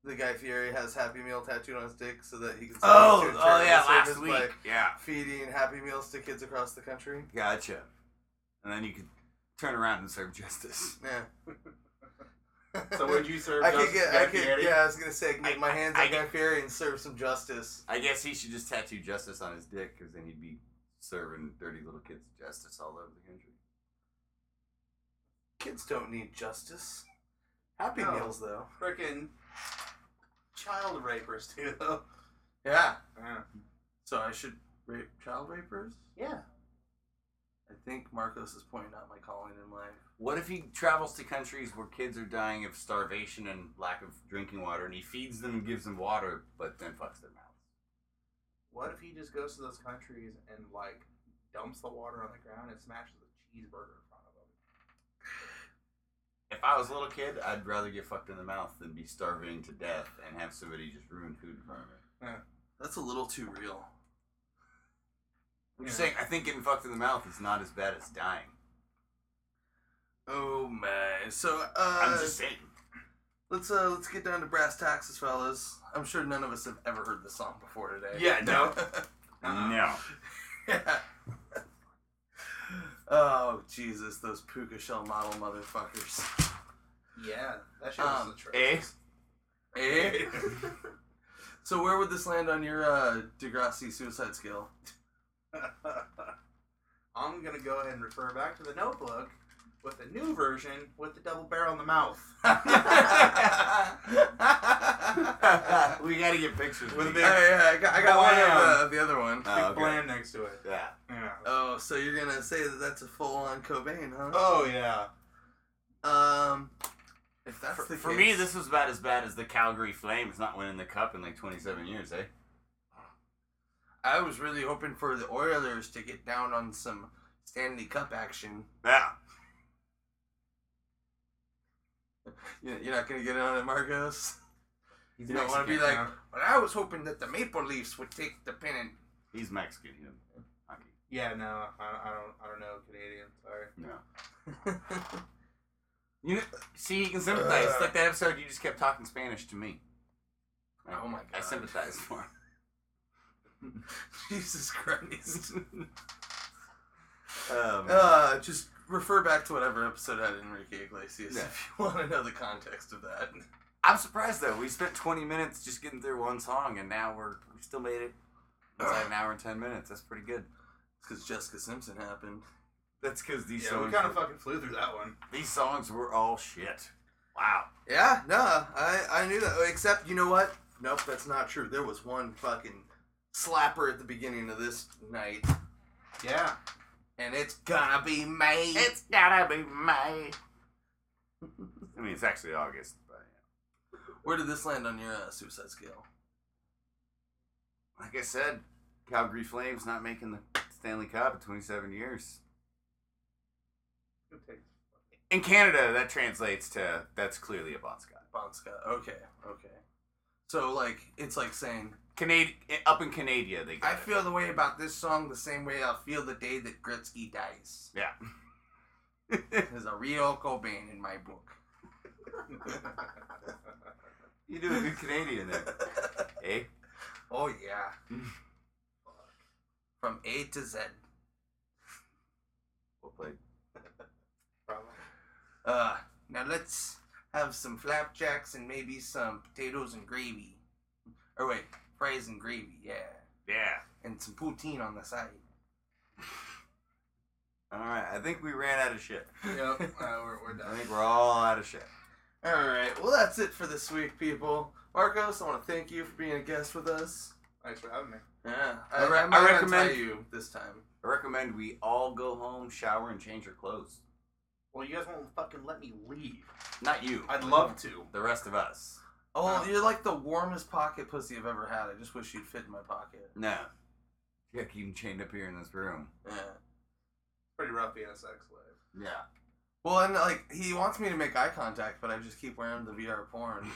Speaker 1: The guy Fieri has Happy Meal tattooed on his dick so that he can.
Speaker 2: Oh,
Speaker 1: serve
Speaker 2: oh
Speaker 1: charity
Speaker 2: yeah, last
Speaker 1: service
Speaker 2: week.
Speaker 1: by
Speaker 2: Yeah,
Speaker 1: Feeding Happy Meals to kids across the country.
Speaker 2: gotcha. And then you could turn around and serve justice.
Speaker 1: Yeah.
Speaker 3: So would you serve
Speaker 1: I
Speaker 3: justice?
Speaker 1: could get,
Speaker 3: Guy
Speaker 1: I could,
Speaker 3: Fieri?
Speaker 1: yeah, I was gonna say, I can get
Speaker 2: I-
Speaker 1: my hands
Speaker 2: I
Speaker 1: on Guy
Speaker 2: get-
Speaker 1: Fieri and serve some justice.
Speaker 2: I guess he should just tattoo justice on his dick, because then he'd be serving dirty little kids justice all over the country.
Speaker 1: Kids don't need justice. Happy
Speaker 3: No.
Speaker 1: Meals, though.
Speaker 3: Frickin' child rapers, too, though.
Speaker 1: Yeah.
Speaker 3: Yeah.
Speaker 1: So I should rape child rapers?
Speaker 3: Yeah.
Speaker 1: I think Marcos is pointing out my calling in life.
Speaker 2: What if he travels to countries where kids are dying of starvation and lack of drinking water, and he feeds them and gives them water, but then fucks their mouths?
Speaker 3: What if he just goes to those countries and, like, dumps the water on the ground and smashes a cheeseburger in front of him?
Speaker 2: If I was a little kid, I'd rather get fucked in the mouth than be starving to death and have somebody just ruin food for me.
Speaker 1: That's a little too real.
Speaker 2: I'm just
Speaker 3: Yeah.
Speaker 2: saying, I think getting fucked in the mouth is not as bad as dying.
Speaker 1: Oh my! So uh,
Speaker 2: I'm just saying.
Speaker 1: let's uh, let's get down to brass tacks, fellas. I'm sure none of us have ever heard this song before today.
Speaker 3: Yeah, no. Uh-huh.
Speaker 2: No.
Speaker 1: Yeah. oh Jesus, those puka shell model motherfuckers.
Speaker 3: Yeah, that shit was
Speaker 1: Um,
Speaker 3: the trick.
Speaker 2: Eh?
Speaker 1: Eh? so where would this land on your uh, Degrassi suicide scale?
Speaker 3: I'm gonna go ahead and refer back to the notebook with the new version with the double barrel in the mouth.
Speaker 2: we gotta get pictures.
Speaker 3: With
Speaker 2: of
Speaker 3: a
Speaker 2: these.
Speaker 3: big-
Speaker 1: Oh, yeah, I got, I got one of uh, the, the other one.
Speaker 2: Oh,
Speaker 3: Big
Speaker 2: okay.
Speaker 3: blam next to it.
Speaker 2: Yeah.
Speaker 3: Yeah.
Speaker 1: Oh, so you're gonna say that that's a full-on Cobain, huh?
Speaker 3: Oh yeah.
Speaker 1: Um, if that's
Speaker 2: Oh. For,
Speaker 1: the
Speaker 2: for
Speaker 1: case-
Speaker 2: me, this was about as bad as the Calgary Flames not winning the cup in like 27 years, eh?
Speaker 1: I was really hoping for the Oilers to get down on some Stanley Cup action.
Speaker 2: Yeah.
Speaker 1: You- You're not gonna get on at Marcos.
Speaker 2: He's
Speaker 1: You don't want to be like,
Speaker 2: Mexican, huh?
Speaker 1: but I was hoping that the Maple Leafs would take the pennant.
Speaker 2: He's Mexican. He doesn't play hockey.
Speaker 3: Yeah, no, I, I don't, I don't know Canadian. Sorry.
Speaker 2: No. You know, see, you can sympathize. It's like that episode you just kept talking Spanish to me. I-
Speaker 1: Oh my
Speaker 2: I
Speaker 1: God.
Speaker 2: sympathize for him.
Speaker 1: Jesus Christ.
Speaker 2: Um,
Speaker 1: uh, just refer back to whatever episode had Enrique Iglesias
Speaker 2: Yeah.
Speaker 1: if you want to know the context of that.
Speaker 2: I'm surprised though. We spent 20 minutes just getting through one song, and now we're we still made it inside an hour and 10 minutes. That's pretty good.
Speaker 1: Because Jessica Simpson happened.
Speaker 2: That's because these
Speaker 3: Yeah, we
Speaker 2: songs
Speaker 3: kind of fucking flew through that one.
Speaker 2: these songs were all shit. Wow.
Speaker 1: Yeah, no, I, I knew that. Except, you know what? Nope, that's not true. There was one fucking slapper at the beginning of this night,
Speaker 3: Yeah.
Speaker 1: and it's gonna be me.
Speaker 2: It's gotta be May. I mean, it's actually August, but
Speaker 1: Where did this land on your uh, suicide scale?
Speaker 2: yeah. like I said, Calgary Flames not making the Stanley Cup in 27 years.
Speaker 3: Good taste.
Speaker 2: In Canada, that translates to that's clearly a Bon Scott.
Speaker 1: Bon Scott. Okay, okay. So, like, it's like saying,
Speaker 2: Canadi- up in Canada, they got
Speaker 1: I
Speaker 2: it.
Speaker 1: feel the way about this song the same way I feel the day that Gretzky dies.
Speaker 2: yeah.
Speaker 1: There's a real Cobain in my book.
Speaker 2: you do a good Canadian there, eh?
Speaker 1: Oh yeah. From A to Z.
Speaker 2: Well played.
Speaker 1: Uh, now let's have some flapjacks and maybe some potatoes and gravy. Or wait, fries and gravy, yeah.
Speaker 2: Yeah.
Speaker 1: And some poutine on the side.
Speaker 2: All right. I think we ran out of shit.
Speaker 3: Yep. Uh, we're, we're
Speaker 2: I
Speaker 3: done.
Speaker 2: think we're all out of shit.
Speaker 1: Alright, well that's it for this week, people. Marcos, I want to thank you for being a guest with us.
Speaker 3: Thanks for having me.
Speaker 1: Yeah,
Speaker 2: I re-
Speaker 1: I'm not
Speaker 2: I
Speaker 1: gonna
Speaker 2: recommend-
Speaker 1: tie you this time.
Speaker 2: I recommend we all go home, shower, and change our clothes.
Speaker 3: Well, you guys won't fucking let me leave.
Speaker 2: Not you.
Speaker 3: I'd love to.
Speaker 2: the rest of us.
Speaker 1: Oh,
Speaker 3: Wow.
Speaker 1: you're like the warmest pocket pussy I've ever had. I just wish you'd fit in my pocket.
Speaker 2: No. Yeah, keep them chained up here in this room.
Speaker 1: Yeah.
Speaker 3: Pretty rough being a sex slave.
Speaker 2: Yeah.
Speaker 1: Well, and like he wants me to make eye contact, but I just keep wearing the VR porn.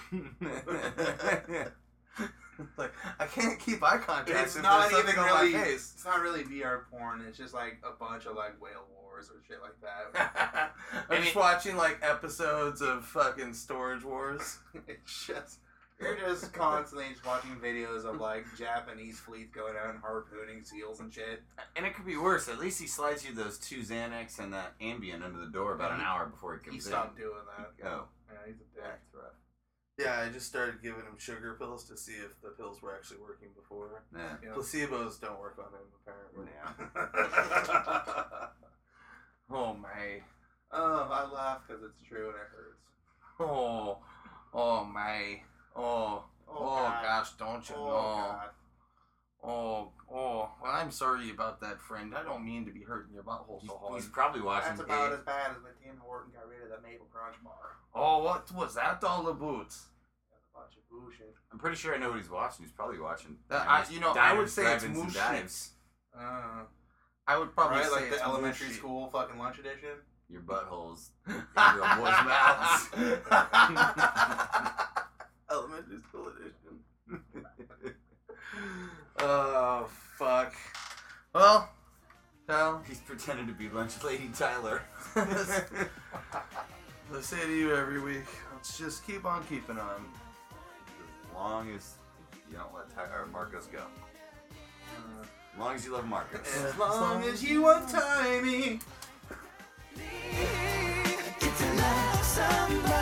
Speaker 1: like I can't keep eye contact.
Speaker 3: It's
Speaker 1: if
Speaker 3: not
Speaker 1: there's
Speaker 3: even
Speaker 1: something on
Speaker 3: really.
Speaker 1: my
Speaker 3: It's
Speaker 1: face.
Speaker 3: not really VR porn. It's just like a bunch of like whale wars or shit like that.
Speaker 1: I'm just watching like episodes of fucking Storage Wars.
Speaker 3: it's just you're just constantly just watching videos of like Japanese fleet going out and harpooning seals and shit.
Speaker 2: and it could be worse. At least he slides you those two Xanax and that Ambien under the door about an hour before he
Speaker 3: He
Speaker 2: comes
Speaker 3: stopped doing that.
Speaker 2: in. Oh,
Speaker 3: Yeah, he's a dick.
Speaker 2: that's rough.
Speaker 1: Yeah, I just started giving him sugar pills to see if the pills were actually working before.
Speaker 2: Yeah.
Speaker 3: Yeah.
Speaker 1: Placebos don't work on him apparently. Oh my.
Speaker 3: oh, I laugh because it's true and it hurts.
Speaker 1: Oh. Oh my. Oh. Oh,
Speaker 3: God.
Speaker 1: gosh, don't you
Speaker 3: Oh,
Speaker 1: know?
Speaker 3: God.
Speaker 1: Oh, oh. Well, I'm sorry about that, friend. I don't mean to be hurting your butthole
Speaker 2: He's,
Speaker 1: so hard.
Speaker 2: he's probably watching.
Speaker 3: That's about
Speaker 2: A-
Speaker 3: as bad as when Tim Horton got rid of that maple crunch bar.
Speaker 1: Oh, what was that all about?
Speaker 3: That's a bunch of bullshit.
Speaker 2: I'm pretty sure I know what he's watching. He's probably watching.
Speaker 1: That, Uh, I,
Speaker 2: Diners,
Speaker 1: you know, I would
Speaker 2: Diners,
Speaker 1: say it's
Speaker 2: Drive-Ins,
Speaker 1: moose
Speaker 2: and Dives.
Speaker 1: shit.
Speaker 3: Uh,
Speaker 1: I would probably
Speaker 3: right,
Speaker 1: say
Speaker 3: like
Speaker 1: it's
Speaker 3: the elementary
Speaker 1: moose shit.
Speaker 3: school fucking lunch edition.
Speaker 2: Your buttholes. your boys' mouths.
Speaker 1: elementary school edition. oh fuck. Well, now
Speaker 2: He's pretending to be lunch lady Tyler.
Speaker 1: I say to you every week, let's just keep on keeping on.
Speaker 2: As long as you don't let Ty- or Marcos go.
Speaker 3: Uh,
Speaker 2: As long as you love Marcos.
Speaker 1: As long as you
Speaker 3: untie me.
Speaker 5: It's a love somebody.